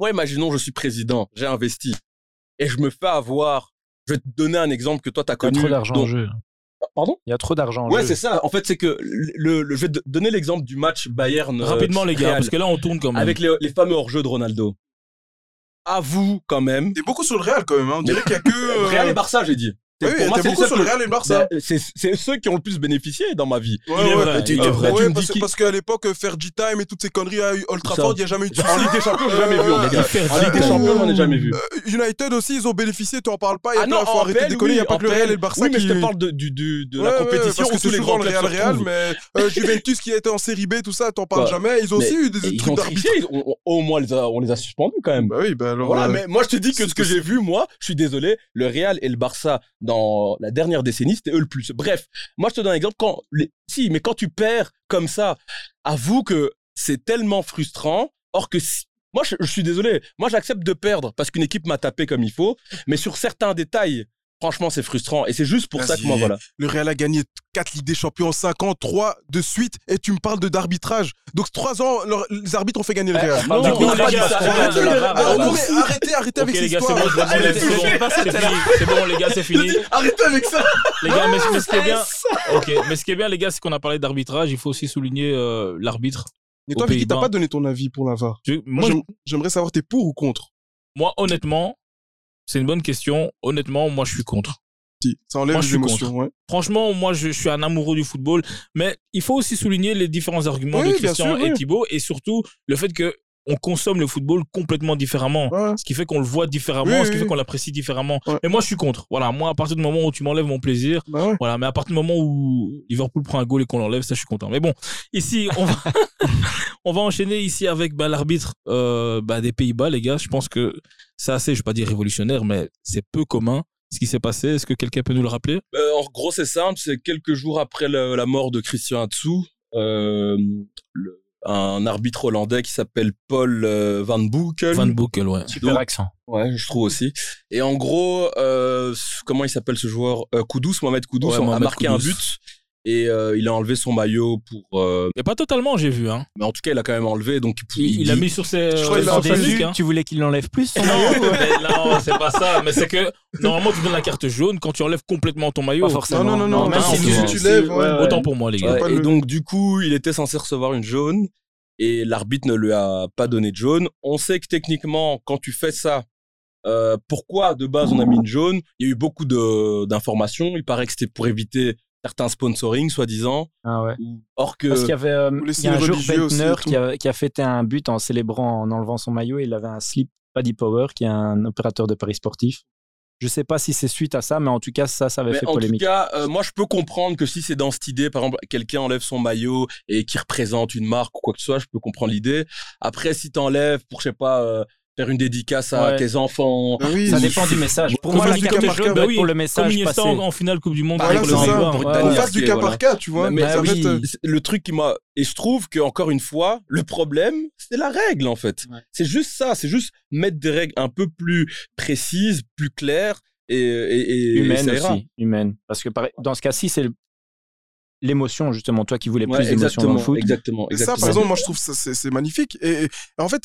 Speaker 1: Moi, imaginons, je suis président, j'ai investi, et je me fais avoir. Je vais te donner un exemple que toi, t'as
Speaker 3: Il y a
Speaker 1: connu.
Speaker 3: trop d'argent en
Speaker 1: Donc-
Speaker 3: jeu.
Speaker 1: Ah, Pardon
Speaker 3: Il y a trop d'argent en
Speaker 1: Ouais,
Speaker 3: jeu.
Speaker 1: c'est ça. En fait, c'est que le, le- je vais te donner l'exemple du match Bayern. euh,
Speaker 7: Rapidement, les gars,
Speaker 1: Real,
Speaker 7: parce que là, on tourne quand même.
Speaker 1: avec les, les fameux hors-jeux de Ronaldo. À vous, quand même.
Speaker 5: T'es beaucoup sur le Real quand même, hein. on dirait qu'il y a que. euh,
Speaker 1: Real et Barça, j'ai dit.
Speaker 5: oui,
Speaker 1: C'est- pour moi,
Speaker 5: t'es
Speaker 1: c'est les
Speaker 5: beaucoup sur
Speaker 1: seuls
Speaker 5: le
Speaker 1: que-
Speaker 5: Real et le Barça.
Speaker 1: Bah, c'est- C'est ceux qui ont le plus bénéficié dans ma vie.
Speaker 5: Ouais,
Speaker 7: il est
Speaker 5: ouais,
Speaker 7: vrai,
Speaker 5: tu-
Speaker 7: il est
Speaker 5: tu-
Speaker 7: vrai.
Speaker 5: ouais,
Speaker 1: Tu me
Speaker 5: parce,
Speaker 1: dis qui-
Speaker 5: parce qu'à l'époque, euh, Fergie Time et toutes ces conneries à Old Trafford, il n'y a
Speaker 1: *laughs*
Speaker 5: jamais eu de
Speaker 1: En Ligue des Champions, j'ai jamais vu. on est
Speaker 7: Il
Speaker 1: bien.
Speaker 7: fait
Speaker 1: En Ligue des
Speaker 7: ça.
Speaker 1: Champions, j'en ai jamais vu.
Speaker 5: United aussi, ils ont bénéficié, tu en parles pas, il y a
Speaker 1: Ah
Speaker 5: plein- faut
Speaker 1: en
Speaker 5: arrêter
Speaker 1: PL,
Speaker 5: de déconner, il n'y a
Speaker 1: oui,
Speaker 5: pas
Speaker 1: en
Speaker 5: que le Real
Speaker 1: PL,
Speaker 5: et le Barça
Speaker 1: Oui, mais
Speaker 5: qui.
Speaker 1: je te parle de, du- du- de la
Speaker 5: Ouais, ouais,
Speaker 1: compétition
Speaker 5: parce
Speaker 1: où
Speaker 5: que
Speaker 1: tous
Speaker 5: c'est
Speaker 1: les
Speaker 5: souvent
Speaker 1: grands
Speaker 5: le
Speaker 1: clubs
Speaker 5: Real
Speaker 1: se
Speaker 5: Real,
Speaker 1: retrouvent.
Speaker 5: mais euh, Juventus qui a été en série B, tout ça, t'en parles
Speaker 1: Bah,
Speaker 5: jamais. Ils ont
Speaker 1: mais-
Speaker 5: aussi eu
Speaker 1: Et
Speaker 5: des
Speaker 1: Ils ont
Speaker 5: trucs d'arbitre.
Speaker 1: triché, ils ont- on- au moins les a- on les a suspendus quand même.
Speaker 5: Bah oui, bah alors.
Speaker 1: Voilà,
Speaker 5: euh,
Speaker 1: mais moi je te dis que
Speaker 5: c'est-
Speaker 1: ce que j'ai vu, moi, je suis désolé, le Real et le Barça dans la dernière décennie, c'était eux le plus. Bref, moi je te donne un exemple quand les... si, mais quand tu perds comme ça, avoue que c'est tellement frustrant. Or que si... moi je, je suis désolé, moi j'accepte de perdre parce qu'une équipe m'a tapé comme il faut, mais sur certains détails, franchement c'est frustrant et c'est juste pour ça que
Speaker 5: Vas-y.
Speaker 1: moi voilà.
Speaker 5: Le Real a gagné 4 Ligues des Champions en 5 ans, 3 de suite, et tu me parles de d'arbitrage. Donc 3 ans, leur- les arbitres ont fait gagner le
Speaker 7: Eh,
Speaker 5: Real.
Speaker 1: parle
Speaker 5: Non,
Speaker 1: du coup,
Speaker 5: on
Speaker 1: les
Speaker 5: parle
Speaker 1: gars,
Speaker 5: pas de
Speaker 1: ça
Speaker 5: ça.
Speaker 1: parle de la
Speaker 5: Arrêtez,
Speaker 1: rame.
Speaker 5: alors, non,
Speaker 1: Voilà.
Speaker 5: mais arrêtez, arrêtez
Speaker 7: Ok,
Speaker 5: avec
Speaker 7: les
Speaker 5: cette
Speaker 7: gars, c'est
Speaker 5: histoire.
Speaker 7: bon, je me
Speaker 5: Arrêtez
Speaker 7: relève, c'est bon, c'est fini, c'est bon, les gars, c'est fini.
Speaker 5: *laughs* Arrêtez avec ça.
Speaker 7: Les gars, mais, mais ce qui est bien, ok, mais ce qui est bien, les gars, c'est qu'on a parlé d'arbitrage. Il faut aussi souligner euh, l'arbitre.
Speaker 5: Et
Speaker 7: Aux
Speaker 5: toi, Vicky, t'as
Speaker 7: Pays-Bas.
Speaker 5: pas donné ton avis pour la VAR.
Speaker 7: Tu- Moi,
Speaker 5: Moi, j'aim- j'aimerais savoir, t'es pour ou contre
Speaker 7: je- moi, honnêtement, c'est une bonne question. Honnêtement, moi, je suis contre.
Speaker 5: partie. Ça enlève
Speaker 7: Moi, je
Speaker 5: les
Speaker 7: suis
Speaker 5: émotions.
Speaker 7: contre.
Speaker 5: ouais.
Speaker 7: Franchement, moi, je, je suis un amoureux du football, mais il faut aussi souligner les différents arguments
Speaker 5: Oui,
Speaker 7: de
Speaker 5: bien
Speaker 7: Christian
Speaker 5: sûr, oui.
Speaker 7: et Thibaut, et surtout le fait que on consomme le football complètement différemment,
Speaker 5: Ouais.
Speaker 7: ce qui fait qu'on le voit différemment,
Speaker 5: Oui,
Speaker 7: ce qui
Speaker 5: oui,
Speaker 7: fait
Speaker 5: oui.
Speaker 7: qu'on l'apprécie différemment.
Speaker 5: Ouais.
Speaker 7: Mais moi, je suis contre. Voilà, moi, à partir du moment où tu m'enlèves mon plaisir,
Speaker 5: Bah ouais.
Speaker 7: *laughs* voilà, mais à partir du moment où Liverpool prend un goal et qu'on l'enlève, ça, je suis content. Mais bon, ici, on va, *laughs* on va enchaîner ici avec bah, l'arbitre euh, bah, des Pays-Bas, les gars. Je pense que c'est assez, je ne vais pas dire révolutionnaire, mais c'est peu commun ce qui s'est passé. Est-ce que quelqu'un peut nous le rappeler
Speaker 1: Euh, en gros, c'est simple. C'est quelques jours après la, la mort de Christian Atsu, euh, le- un arbitre hollandais qui s'appelle Paul euh, Van Boekel.
Speaker 7: Van Boekel, ouais.
Speaker 3: Super
Speaker 1: Donc- euh,
Speaker 3: accent.
Speaker 1: Ouais, je trouve aussi. Et en gros, euh, ce- comment il s'appelle ce joueur euh, Kudus, Mohamed Kudus,
Speaker 7: Ouais,
Speaker 1: on-
Speaker 7: Mohamed
Speaker 1: a marqué
Speaker 7: Kudus.
Speaker 1: un but et euh, il a enlevé son maillot pour. euh,
Speaker 7: Mais pas totalement, j'ai vu. Hein.
Speaker 1: mais en tout cas, il a quand même enlevé. Donc,
Speaker 7: Il, il a
Speaker 1: dit-
Speaker 7: mis sur ses.
Speaker 5: Je crois qu'il
Speaker 7: sur
Speaker 5: a
Speaker 7: ses
Speaker 5: entendu,
Speaker 7: musiques, hein.
Speaker 3: Tu voulais qu'il l'enlève plus hein son
Speaker 7: Non,
Speaker 3: maillot ou-
Speaker 7: mais non, c'est pas ça. Mais c'est que normalement, tu donnes la carte jaune quand tu enlèves complètement ton maillot.
Speaker 3: Pas forcément.
Speaker 5: Non, non, non, non,
Speaker 7: mais si
Speaker 3: souvent.
Speaker 7: tu
Speaker 5: lèves, ouais.
Speaker 3: ouais.
Speaker 7: Autant pour moi, les gars.
Speaker 1: Ouais,
Speaker 5: pas
Speaker 1: et
Speaker 5: le-
Speaker 1: donc, du coup, il était censé recevoir une jaune et l'arbitre ne lui a pas donné de jaune. On sait que techniquement, quand tu fais ça, euh, pourquoi de base on a mis une jaune Il y a eu beaucoup de- d'informations. Il paraît que c'était pour éviter certains sponsorings, soi-disant.
Speaker 3: Ah ouais.
Speaker 1: ou- Or que.
Speaker 3: Parce qu'il y avait euh,
Speaker 5: Ou les
Speaker 3: il y a un
Speaker 5: signes
Speaker 3: jour
Speaker 5: religieux aussi
Speaker 3: Bentner
Speaker 5: et tout.
Speaker 3: qui a, qui a fêté un but en célébrant en enlevant son maillot. Il avait un slip Paddy Power qui est un opérateur de paris sportif. Je sais pas si c'est suite à ça, mais en tout cas ça, ça avait
Speaker 1: Mais
Speaker 3: fait
Speaker 1: en tout
Speaker 3: polémique.
Speaker 1: cas, euh, moi, je peux comprendre que si c'est dans cette idée, par exemple, quelqu'un enlève son maillot et qui représente une marque ou quoi que ce soit, je peux comprendre l'idée. Après, si t'enlèves pour, je sais pas, euh, faire une dédicace à
Speaker 3: Ouais.
Speaker 1: tes enfants,
Speaker 5: Bah oui,
Speaker 3: ça
Speaker 5: il-
Speaker 3: dépend du message. Pour
Speaker 5: Comme
Speaker 3: moi, la
Speaker 5: on dit
Speaker 3: carte
Speaker 5: qu'à
Speaker 3: jaune
Speaker 5: Marca,
Speaker 3: doit
Speaker 7: bah
Speaker 3: être pour
Speaker 7: oui,
Speaker 3: le
Speaker 7: Comme
Speaker 3: message
Speaker 7: Iniesta
Speaker 3: passé.
Speaker 7: en, en finale Coupe du Monde
Speaker 5: Voilà,
Speaker 7: contre
Speaker 5: Bah, c'est
Speaker 7: le
Speaker 5: ça.
Speaker 7: Pays-Bas.
Speaker 1: Pour
Speaker 7: Ouais,
Speaker 1: Daniel.
Speaker 5: On
Speaker 7: ouais.
Speaker 5: passe du
Speaker 1: Parce
Speaker 5: cas par
Speaker 1: que, voilà.
Speaker 5: cas, tu vois.
Speaker 1: Mais
Speaker 5: Ça
Speaker 3: oui.
Speaker 5: va être, euh,
Speaker 1: C'est- le truc qui m'a et je trouve que encore une fois le problème c'est la règle en fait
Speaker 3: Ouais.
Speaker 1: c'est juste ça c'est juste mettre des règles un peu plus précises plus claires et, et, et-
Speaker 3: humaine
Speaker 1: et ça ira.
Speaker 3: aussi, humaine. Parce que par- dans ce cas-ci, c'est le- l'émotion justement. Toi qui voulais
Speaker 1: Ouais,
Speaker 3: plus d'émotion dans
Speaker 1: exactement,
Speaker 3: le foot.
Speaker 1: exactement
Speaker 5: Et ça,
Speaker 1: exactement.
Speaker 5: par exemple, moi, je trouve ça, c'est, c'est magnifique. Et, et- et en fait,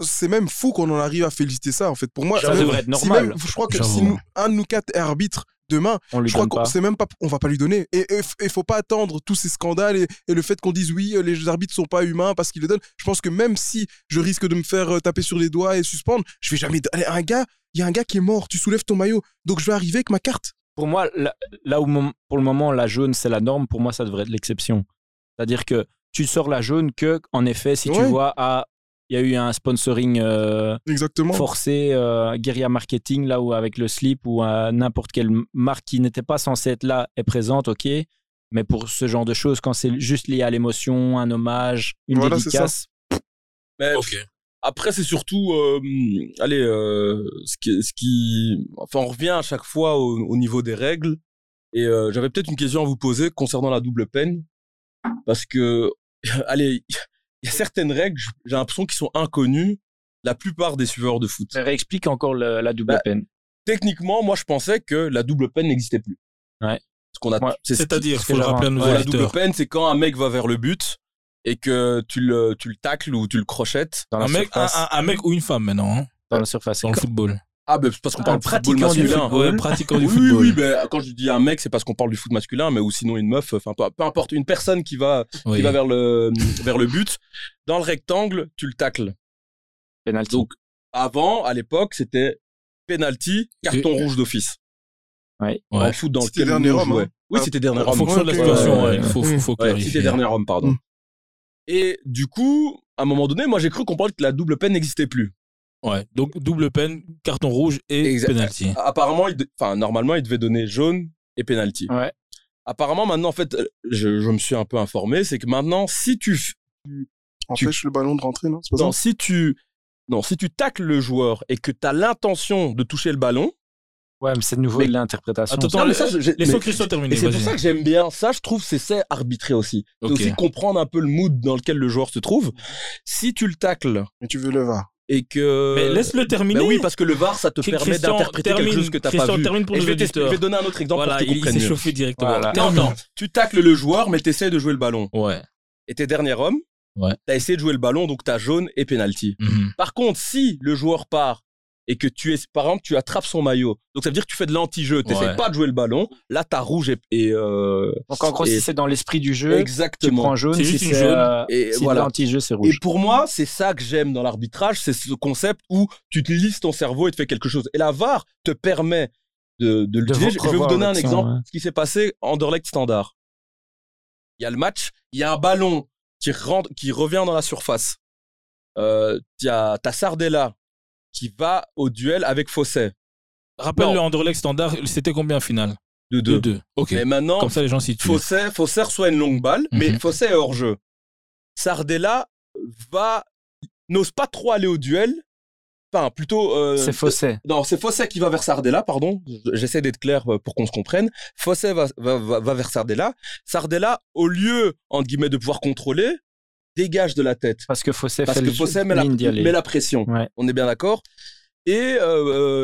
Speaker 5: c'est même fou qu'on en arrive à féliciter ça. En fait, pour moi,
Speaker 3: Ça
Speaker 5: même-
Speaker 3: devrait être
Speaker 5: si
Speaker 3: normal.
Speaker 5: même- je crois que
Speaker 7: J'avoue.
Speaker 5: si nous- un de nous quatre est arbitre demain,
Speaker 3: On lui
Speaker 5: je crois
Speaker 3: donne
Speaker 5: qu'on
Speaker 3: pas.
Speaker 5: sait même pas, on va pas lui donner. Et il faut pas attendre tous ces scandales et, et le fait qu'on dise oui, euh, les arbitres sont pas humains parce qu'ils le donnent. Je pense que même si je risque de me faire euh, taper sur les doigts et suspendre, je vais jamais. Allez, un gars, il y a un gars qui est mort. Tu soulèves ton maillot, donc je vais arriver avec ma carte.
Speaker 3: Pour moi, là, là où mon- pour le moment la jaune c'est la norme, pour moi ça devrait être l'exception. C'est-à-dire que tu sors la jaune que, en effet, si tu
Speaker 5: Ouais.
Speaker 3: vois, ah, il y a eu un sponsoring. euh,
Speaker 5: Exactement.
Speaker 3: forcé euh, guérilla marketing là où avec le slip ou euh, n'importe quelle marque qui n'était pas censée être là est présente ok mais pour ce genre de choses quand c'est juste lié à l'émotion un hommage une
Speaker 5: Voilà, c'est
Speaker 3: dédicace
Speaker 1: Mais
Speaker 7: Ok.
Speaker 1: Après, c'est surtout, euh, allez, euh, ce, qui, ce qui, enfin, on revient à chaque fois au, au niveau des règles. Et euh, j'avais peut-être une question à vous poser concernant la double peine, parce que, *laughs* allez, il y a certaines règles, j'ai l'impression qu'ils sont inconnues la plupart des suiveurs de foot.
Speaker 3: ça réexplique encore le- la double
Speaker 1: Bah,
Speaker 3: peine
Speaker 1: Techniquement, moi, je pensais que la double peine n'existait plus.
Speaker 3: Ouais.
Speaker 1: Ce qu'on a,
Speaker 3: Ouais,
Speaker 1: c'est ce qui-
Speaker 7: C'est-à-dire,
Speaker 3: ce
Speaker 7: faut
Speaker 3: que
Speaker 7: le
Speaker 3: j'avais
Speaker 7: rappeler à
Speaker 3: en-
Speaker 7: nos
Speaker 1: Ouais, la double
Speaker 7: auditeurs.
Speaker 1: peine, c'est quand un mec va vers le but et que tu le, tu le tacles ou tu le crochettes.
Speaker 3: dans la
Speaker 7: Un mec, un,
Speaker 3: surface
Speaker 7: un- un mec ou une femme maintenant, hein,
Speaker 3: dans la surface
Speaker 7: dans le football.
Speaker 1: Ah, ben, c'est parce qu'on
Speaker 3: Un
Speaker 1: parle de football
Speaker 3: pratiquant du
Speaker 1: masculin.
Speaker 3: football.
Speaker 7: Ouais, pratiquant du
Speaker 1: oui,
Speaker 7: football.
Speaker 1: Oui, oui, ben, quand je dis un mec, c'est parce qu'on parle du foot masculin, mais ou sinon une meuf, enfin peu, peu importe, une personne qui va,
Speaker 7: Oui.
Speaker 1: qui va vers, le, vers le but. Dans le rectangle, tu le tacles.
Speaker 3: penalty
Speaker 1: Donc avant, à l'époque, c'était penalty, carton rouge d'office.
Speaker 3: Ouais.
Speaker 1: Dans le
Speaker 7: Ouais.
Speaker 1: foot dans
Speaker 5: C'était
Speaker 1: lequel
Speaker 5: dernier
Speaker 1: nous, on
Speaker 5: homme,
Speaker 1: jouait.
Speaker 5: hein.
Speaker 1: Oui, c'était dernier
Speaker 5: En
Speaker 7: En
Speaker 1: homme.
Speaker 7: fonction de la
Speaker 5: Ouais,
Speaker 7: situation,
Speaker 5: ouais,
Speaker 7: ouais, faut, faut, faut
Speaker 1: Ouais,
Speaker 7: clarifier.
Speaker 1: c'était dernier homme, pardon.
Speaker 5: Mm.
Speaker 1: Et du coup, à un moment donné, moi j'ai cru comprendre que la double peine n'existait plus.
Speaker 7: Ouais, donc double peine, carton rouge et
Speaker 1: Exact.
Speaker 7: penalty.
Speaker 1: Apparemment, il de- enfin, normalement, il devait donner jaune et penalty.
Speaker 3: Ouais.
Speaker 1: Apparemment, maintenant, en fait, euh, je, je me suis un peu informé, c'est que maintenant, si tu, f-
Speaker 5: Empêche le ballon de rentrer, non C'est pas ça
Speaker 1: non, si tu, non, si tu tacles le joueur et que tu as l'intention de toucher le ballon,
Speaker 3: ouais mais c'est de nouveau
Speaker 1: Mais-
Speaker 3: de l'interprétation
Speaker 7: Attends, attends,
Speaker 1: Non, mais
Speaker 7: les-
Speaker 1: ça, je- j'ai-
Speaker 7: laissons
Speaker 1: mais-
Speaker 7: Christian
Speaker 1: et
Speaker 7: terminer.
Speaker 1: c'est pour
Speaker 7: vas-y.
Speaker 1: ça que j'aime bien ça, je trouve, c'est c'est arbitrer aussi. C'est
Speaker 7: Ok.
Speaker 1: aussi comprendre un peu le mood dans lequel le joueur se trouve. Si tu le tacles
Speaker 5: Mais tu veux le VAR.
Speaker 1: et que.
Speaker 7: Mais laisse-le terminer.
Speaker 1: Bah oui, parce que le VAR, ça te
Speaker 7: Christian,
Speaker 1: permet d'interpréter quelque
Speaker 7: termine.
Speaker 1: chose que t'as
Speaker 7: Christian,
Speaker 1: pas vu.
Speaker 7: termine pour
Speaker 1: Et
Speaker 7: nos
Speaker 1: je, vais t'expliquer-
Speaker 7: auditeurs.
Speaker 1: je vais te donner un autre exemple
Speaker 7: Voilà,
Speaker 1: pour que tu
Speaker 7: il, il
Speaker 1: comprennes
Speaker 7: s'est
Speaker 1: mieux.
Speaker 7: chauffé directement.
Speaker 3: Voilà.
Speaker 1: Non,
Speaker 7: Termine.
Speaker 1: non, tu tacles le joueur, mais t'essaies de jouer le ballon.
Speaker 7: Ouais.
Speaker 1: Et t'es dernier homme.
Speaker 7: Ouais.
Speaker 1: T'as essayé de jouer le ballon, donc t'as jaune et penalty.
Speaker 7: Mhm.
Speaker 1: Par contre, si le joueur part et que tu es, par exemple, tu attrapes son maillot, donc ça veut dire que tu fais de l'anti-jeu, t'essayes
Speaker 7: Ouais.
Speaker 1: pas de jouer le ballon, là t'as rouge et, et, euh,
Speaker 3: donc en gros
Speaker 1: Et-
Speaker 3: si c'est dans l'esprit du jeu tu
Speaker 1: exactement.
Speaker 3: prends jaune
Speaker 7: C'est
Speaker 3: si
Speaker 7: juste une
Speaker 3: c'est
Speaker 7: jaune,
Speaker 3: euh,
Speaker 1: et
Speaker 3: si
Speaker 1: voilà.
Speaker 3: l'anti jeu c'est
Speaker 1: Et
Speaker 3: rouge
Speaker 1: pour moi, c'est ça que j'aime dans l'arbitrage, c'est ce concept où tu te lisses ton cerveau et tu fais quelque chose. Et la VAR te permet de, de l'utiliser. Je-
Speaker 3: votre
Speaker 1: Je vais vous
Speaker 3: revoir
Speaker 1: donner un
Speaker 3: l'action,
Speaker 1: exemple.
Speaker 3: ouais.
Speaker 1: Ce qui s'est passé, Anderlecht standard. Il y a le match, il y a un ballon qui, rentre, qui revient dans la surface. Euh, il y a- T'as Sardella qui va au duel avec Fosset.
Speaker 7: Rappelle
Speaker 1: Non.
Speaker 7: le Anderlecht standard, c'était combien final
Speaker 1: De deux.
Speaker 7: De deux. Ok.
Speaker 1: Mais maintenant,
Speaker 7: Comme ça, les gens s'y tuent.
Speaker 1: Fosset, Fosset reçoit une longue balle, mais
Speaker 7: Mhm.
Speaker 1: Fosset est hors jeu. Sardella va n'ose pas trop aller au duel. Enfin, plutôt. euh,
Speaker 3: C'est faussé.
Speaker 1: Non, c'est Fosset qui va vers Sardella, pardon. J'essaie d'être clair euh, pour qu'on se comprenne. Fosset va, va, va, va vers Sardella. Sardella, au lieu, entre guillemets, de pouvoir contrôler, dégage de la tête.
Speaker 3: Parce que faussé
Speaker 1: Parce
Speaker 3: fait
Speaker 1: que
Speaker 3: le
Speaker 1: Fosset met la,
Speaker 3: ligne d'y aller.
Speaker 1: met la pression.
Speaker 3: Ouais.
Speaker 1: On est bien d'accord. Et euh,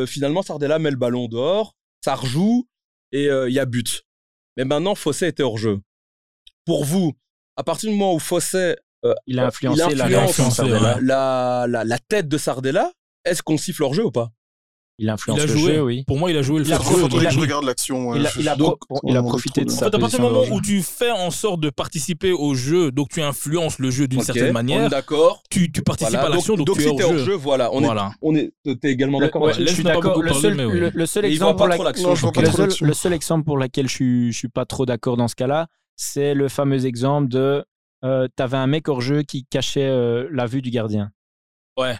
Speaker 1: euh, finalement, Sardella met le ballon dehors, ça rejoue, et euh, il y a but. Mais maintenant, Fosset était hors jeu. Pour vous, à partir du moment où Fosset euh,
Speaker 3: Il a influencé
Speaker 1: il
Speaker 3: la
Speaker 1: influence
Speaker 3: réaction de Sardella.
Speaker 7: ouais.
Speaker 1: la, la, la tête de Sardella, est-ce qu'on siffle hors jeu ou pas
Speaker 3: Il influence
Speaker 7: Il a
Speaker 3: le
Speaker 7: joué.
Speaker 3: jeu, oui.
Speaker 7: Pour moi, il a joué le
Speaker 3: Il a
Speaker 7: faux
Speaker 5: Faut-
Speaker 7: jeu.
Speaker 3: joué,
Speaker 5: faudrait
Speaker 3: il
Speaker 5: que
Speaker 3: a-
Speaker 5: je regarde l'action. ouais,
Speaker 3: il a-
Speaker 5: je-
Speaker 3: il a
Speaker 5: je- donc,
Speaker 3: pro-
Speaker 5: on
Speaker 3: il a
Speaker 5: en
Speaker 3: profité de
Speaker 5: retrouve,
Speaker 7: En
Speaker 3: ça.
Speaker 7: fait, à partir du
Speaker 3: position
Speaker 7: moment
Speaker 3: de
Speaker 7: où tu fais en sorte de participer au jeu, donc tu influences le jeu d'une
Speaker 1: Ok,
Speaker 7: certaine
Speaker 1: On est
Speaker 7: manière,
Speaker 1: d'accord.
Speaker 7: tu, tu participes
Speaker 1: Voilà,
Speaker 7: à l'action, donc, tu es
Speaker 1: si t'es
Speaker 7: hors jeu.
Speaker 1: voilà. On
Speaker 7: Voilà.
Speaker 1: est, on est, t'es également
Speaker 3: Le-
Speaker 1: d'accord.
Speaker 3: ouais,
Speaker 1: là-dessus
Speaker 3: je
Speaker 7: laisse
Speaker 3: suis
Speaker 7: n'a pas
Speaker 3: d'accord.
Speaker 7: beaucoup
Speaker 3: Le
Speaker 7: parlé,
Speaker 3: seul,
Speaker 7: mais oui.
Speaker 3: le, le seul
Speaker 1: Et il
Speaker 3: exemple
Speaker 1: voit
Speaker 3: pour
Speaker 1: pas
Speaker 3: la-
Speaker 1: trop l'action.
Speaker 5: Non, je vois pas
Speaker 3: le
Speaker 5: trop
Speaker 3: seul-
Speaker 5: là-dessus.
Speaker 3: le seul exemple pour lequel je suis, je suis pas trop d'accord dans ce cas-là, c'est le fameux exemple de euh, t'avais un mec hors jeu qui cachait euh, la vue du gardien.
Speaker 7: Ouais.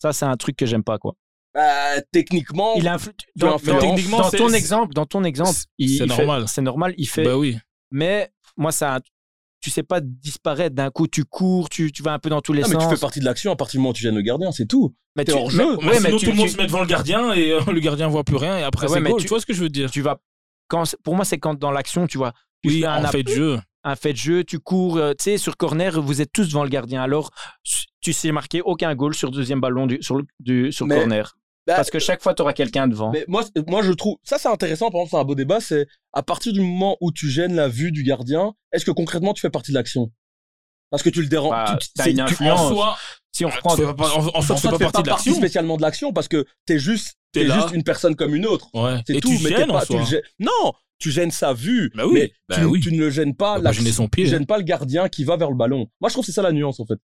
Speaker 3: Ça, c'est un truc que j'aime pas, quoi.
Speaker 1: Bah,
Speaker 7: Oh.
Speaker 1: techniquement,
Speaker 3: Il a influ- dans,
Speaker 1: influences.
Speaker 3: dans-
Speaker 7: Techniquement,
Speaker 3: dans
Speaker 7: c'est-
Speaker 3: ton exemple, dans ton exemple,
Speaker 7: c'est-
Speaker 3: il-
Speaker 7: c'est
Speaker 3: il fait-
Speaker 7: normal.
Speaker 3: C'est normal. Il fait.
Speaker 7: Bah oui.
Speaker 3: Mais moi, ça, tu sais pas disparaître d'un coup. Tu cours, tu, tu vas un peu dans tous les
Speaker 1: Ah, mais
Speaker 3: sens.
Speaker 1: tu fais partie de l'action à partir du moment où tu gênes le gardien, c'est tout.
Speaker 3: mais
Speaker 1: t'es
Speaker 3: tu-
Speaker 1: hors jeu.
Speaker 3: mais- ouais, mais
Speaker 7: sinon,
Speaker 3: tu-
Speaker 7: tout le monde
Speaker 3: tu-
Speaker 7: se met devant le gardien et euh, le gardien voit plus rien et après
Speaker 3: Ah ouais,
Speaker 7: c'est
Speaker 3: mais
Speaker 7: goal.
Speaker 3: tu-
Speaker 7: Tu vois ce que je veux dire
Speaker 3: tu vas quand c'est- pour moi c'est quand dans l'action tu vois tu
Speaker 7: Oui,
Speaker 3: fais un,
Speaker 7: en
Speaker 3: app-
Speaker 7: fait, jeu.
Speaker 3: un fait de jeu tu cours euh, tu sais sur corner vous êtes tous devant le gardien alors s- tu sais marquer aucun goal sur deuxième ballon du, sur le du, sur
Speaker 1: Mais-
Speaker 3: corner
Speaker 1: Bah,
Speaker 3: parce que chaque fois tu auras quelqu'un devant
Speaker 1: Mais moi, c'est- moi, je trouve ça, c'est intéressant. Par exemple, c'est un beau débat. C'est à partir du moment où tu gênes la vue du gardien, est-ce que concrètement tu fais partie de l'action Parce que tu le déranges.
Speaker 3: Bah,
Speaker 1: tu-
Speaker 3: t'as
Speaker 1: c'est-
Speaker 3: une
Speaker 1: tu-
Speaker 3: influence.
Speaker 7: En soi,
Speaker 3: si on
Speaker 7: bah, tu
Speaker 3: reprend
Speaker 7: fais pas- en- en soi,
Speaker 1: en
Speaker 7: tu
Speaker 1: soi,
Speaker 7: fais pas partie de l'action.
Speaker 1: spécialement de l'action parce que t'es juste,
Speaker 7: T'es
Speaker 1: t'es
Speaker 7: là.
Speaker 1: juste une personne comme une autre.
Speaker 7: Ouais.
Speaker 1: C'est
Speaker 7: Et
Speaker 1: tout.
Speaker 7: tu
Speaker 1: mais t'es
Speaker 7: gênes en
Speaker 1: pas- tu
Speaker 7: soi.
Speaker 1: le gênes- Non, tu gênes sa vue.
Speaker 7: Bah oui,
Speaker 1: mais
Speaker 7: bah
Speaker 1: tu,
Speaker 7: oui. Bah,
Speaker 1: tu ne le gênes pas.
Speaker 5: Ah, bah,
Speaker 7: Faut pas
Speaker 1: la-
Speaker 7: gêner son pied. hein.
Speaker 1: Tu gênes pas le gardien qui va vers le ballon. Moi, je trouve que c'est ça la nuance en fait.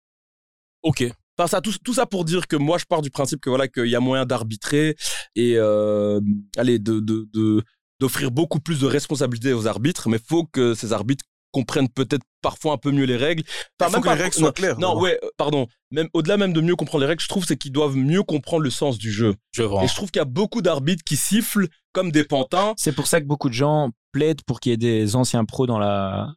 Speaker 7: Ok.
Speaker 1: Enfin, ça, tout, tout ça pour dire que moi, je pars du principe que voilà, qu'il y a moyen d'arbitrer et euh, allez, de, de, de- d'offrir beaucoup plus de responsabilités aux arbitres, mais faut que ces arbitres comprennent peut-être parfois un peu mieux les règles.
Speaker 5: Il
Speaker 1: Enfin,
Speaker 5: faut que
Speaker 1: pas-
Speaker 5: les règles
Speaker 1: non,
Speaker 5: soient claires.
Speaker 1: non, ouais, euh, pardon. Même au-delà même de mieux comprendre les règles, je trouve c'est qu'ils doivent mieux comprendre le sens du jeu.
Speaker 7: Je
Speaker 1: Et
Speaker 7: vois.
Speaker 1: je trouve qu'il y a beaucoup d'arbitres qui sifflent comme des pantins.
Speaker 3: c'est pour ça que beaucoup de gens plaident pour qu'il y ait des anciens pros dans la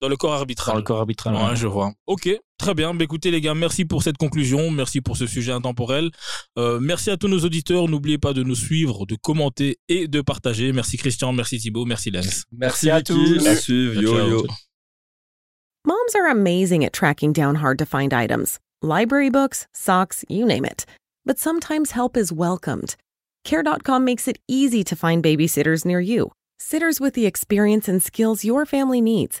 Speaker 7: Dans le corps
Speaker 3: dans
Speaker 7: arbitral.
Speaker 3: le corps arbitral
Speaker 7: Ouais, je vois. Ok, très bien. Bah, écoutez, les gars, merci pour cette conclusion. Merci pour ce sujet intemporel. Euh, merci à tous nos auditeurs. N'oubliez pas de nous suivre, de commenter et de partager. Merci Christian, merci Thibaut, merci Lens.
Speaker 1: Merci,
Speaker 3: à
Speaker 1: Vicky.
Speaker 3: tous.
Speaker 1: Merci, yo,
Speaker 7: Ciao.
Speaker 1: yo.
Speaker 6: Moms are amazing at tracking down hard to find items library books, socks, you name it. But sometimes help is welcomed. Care.com makes it easy to find babysitters near you, sitters with the experience and skills your family needs,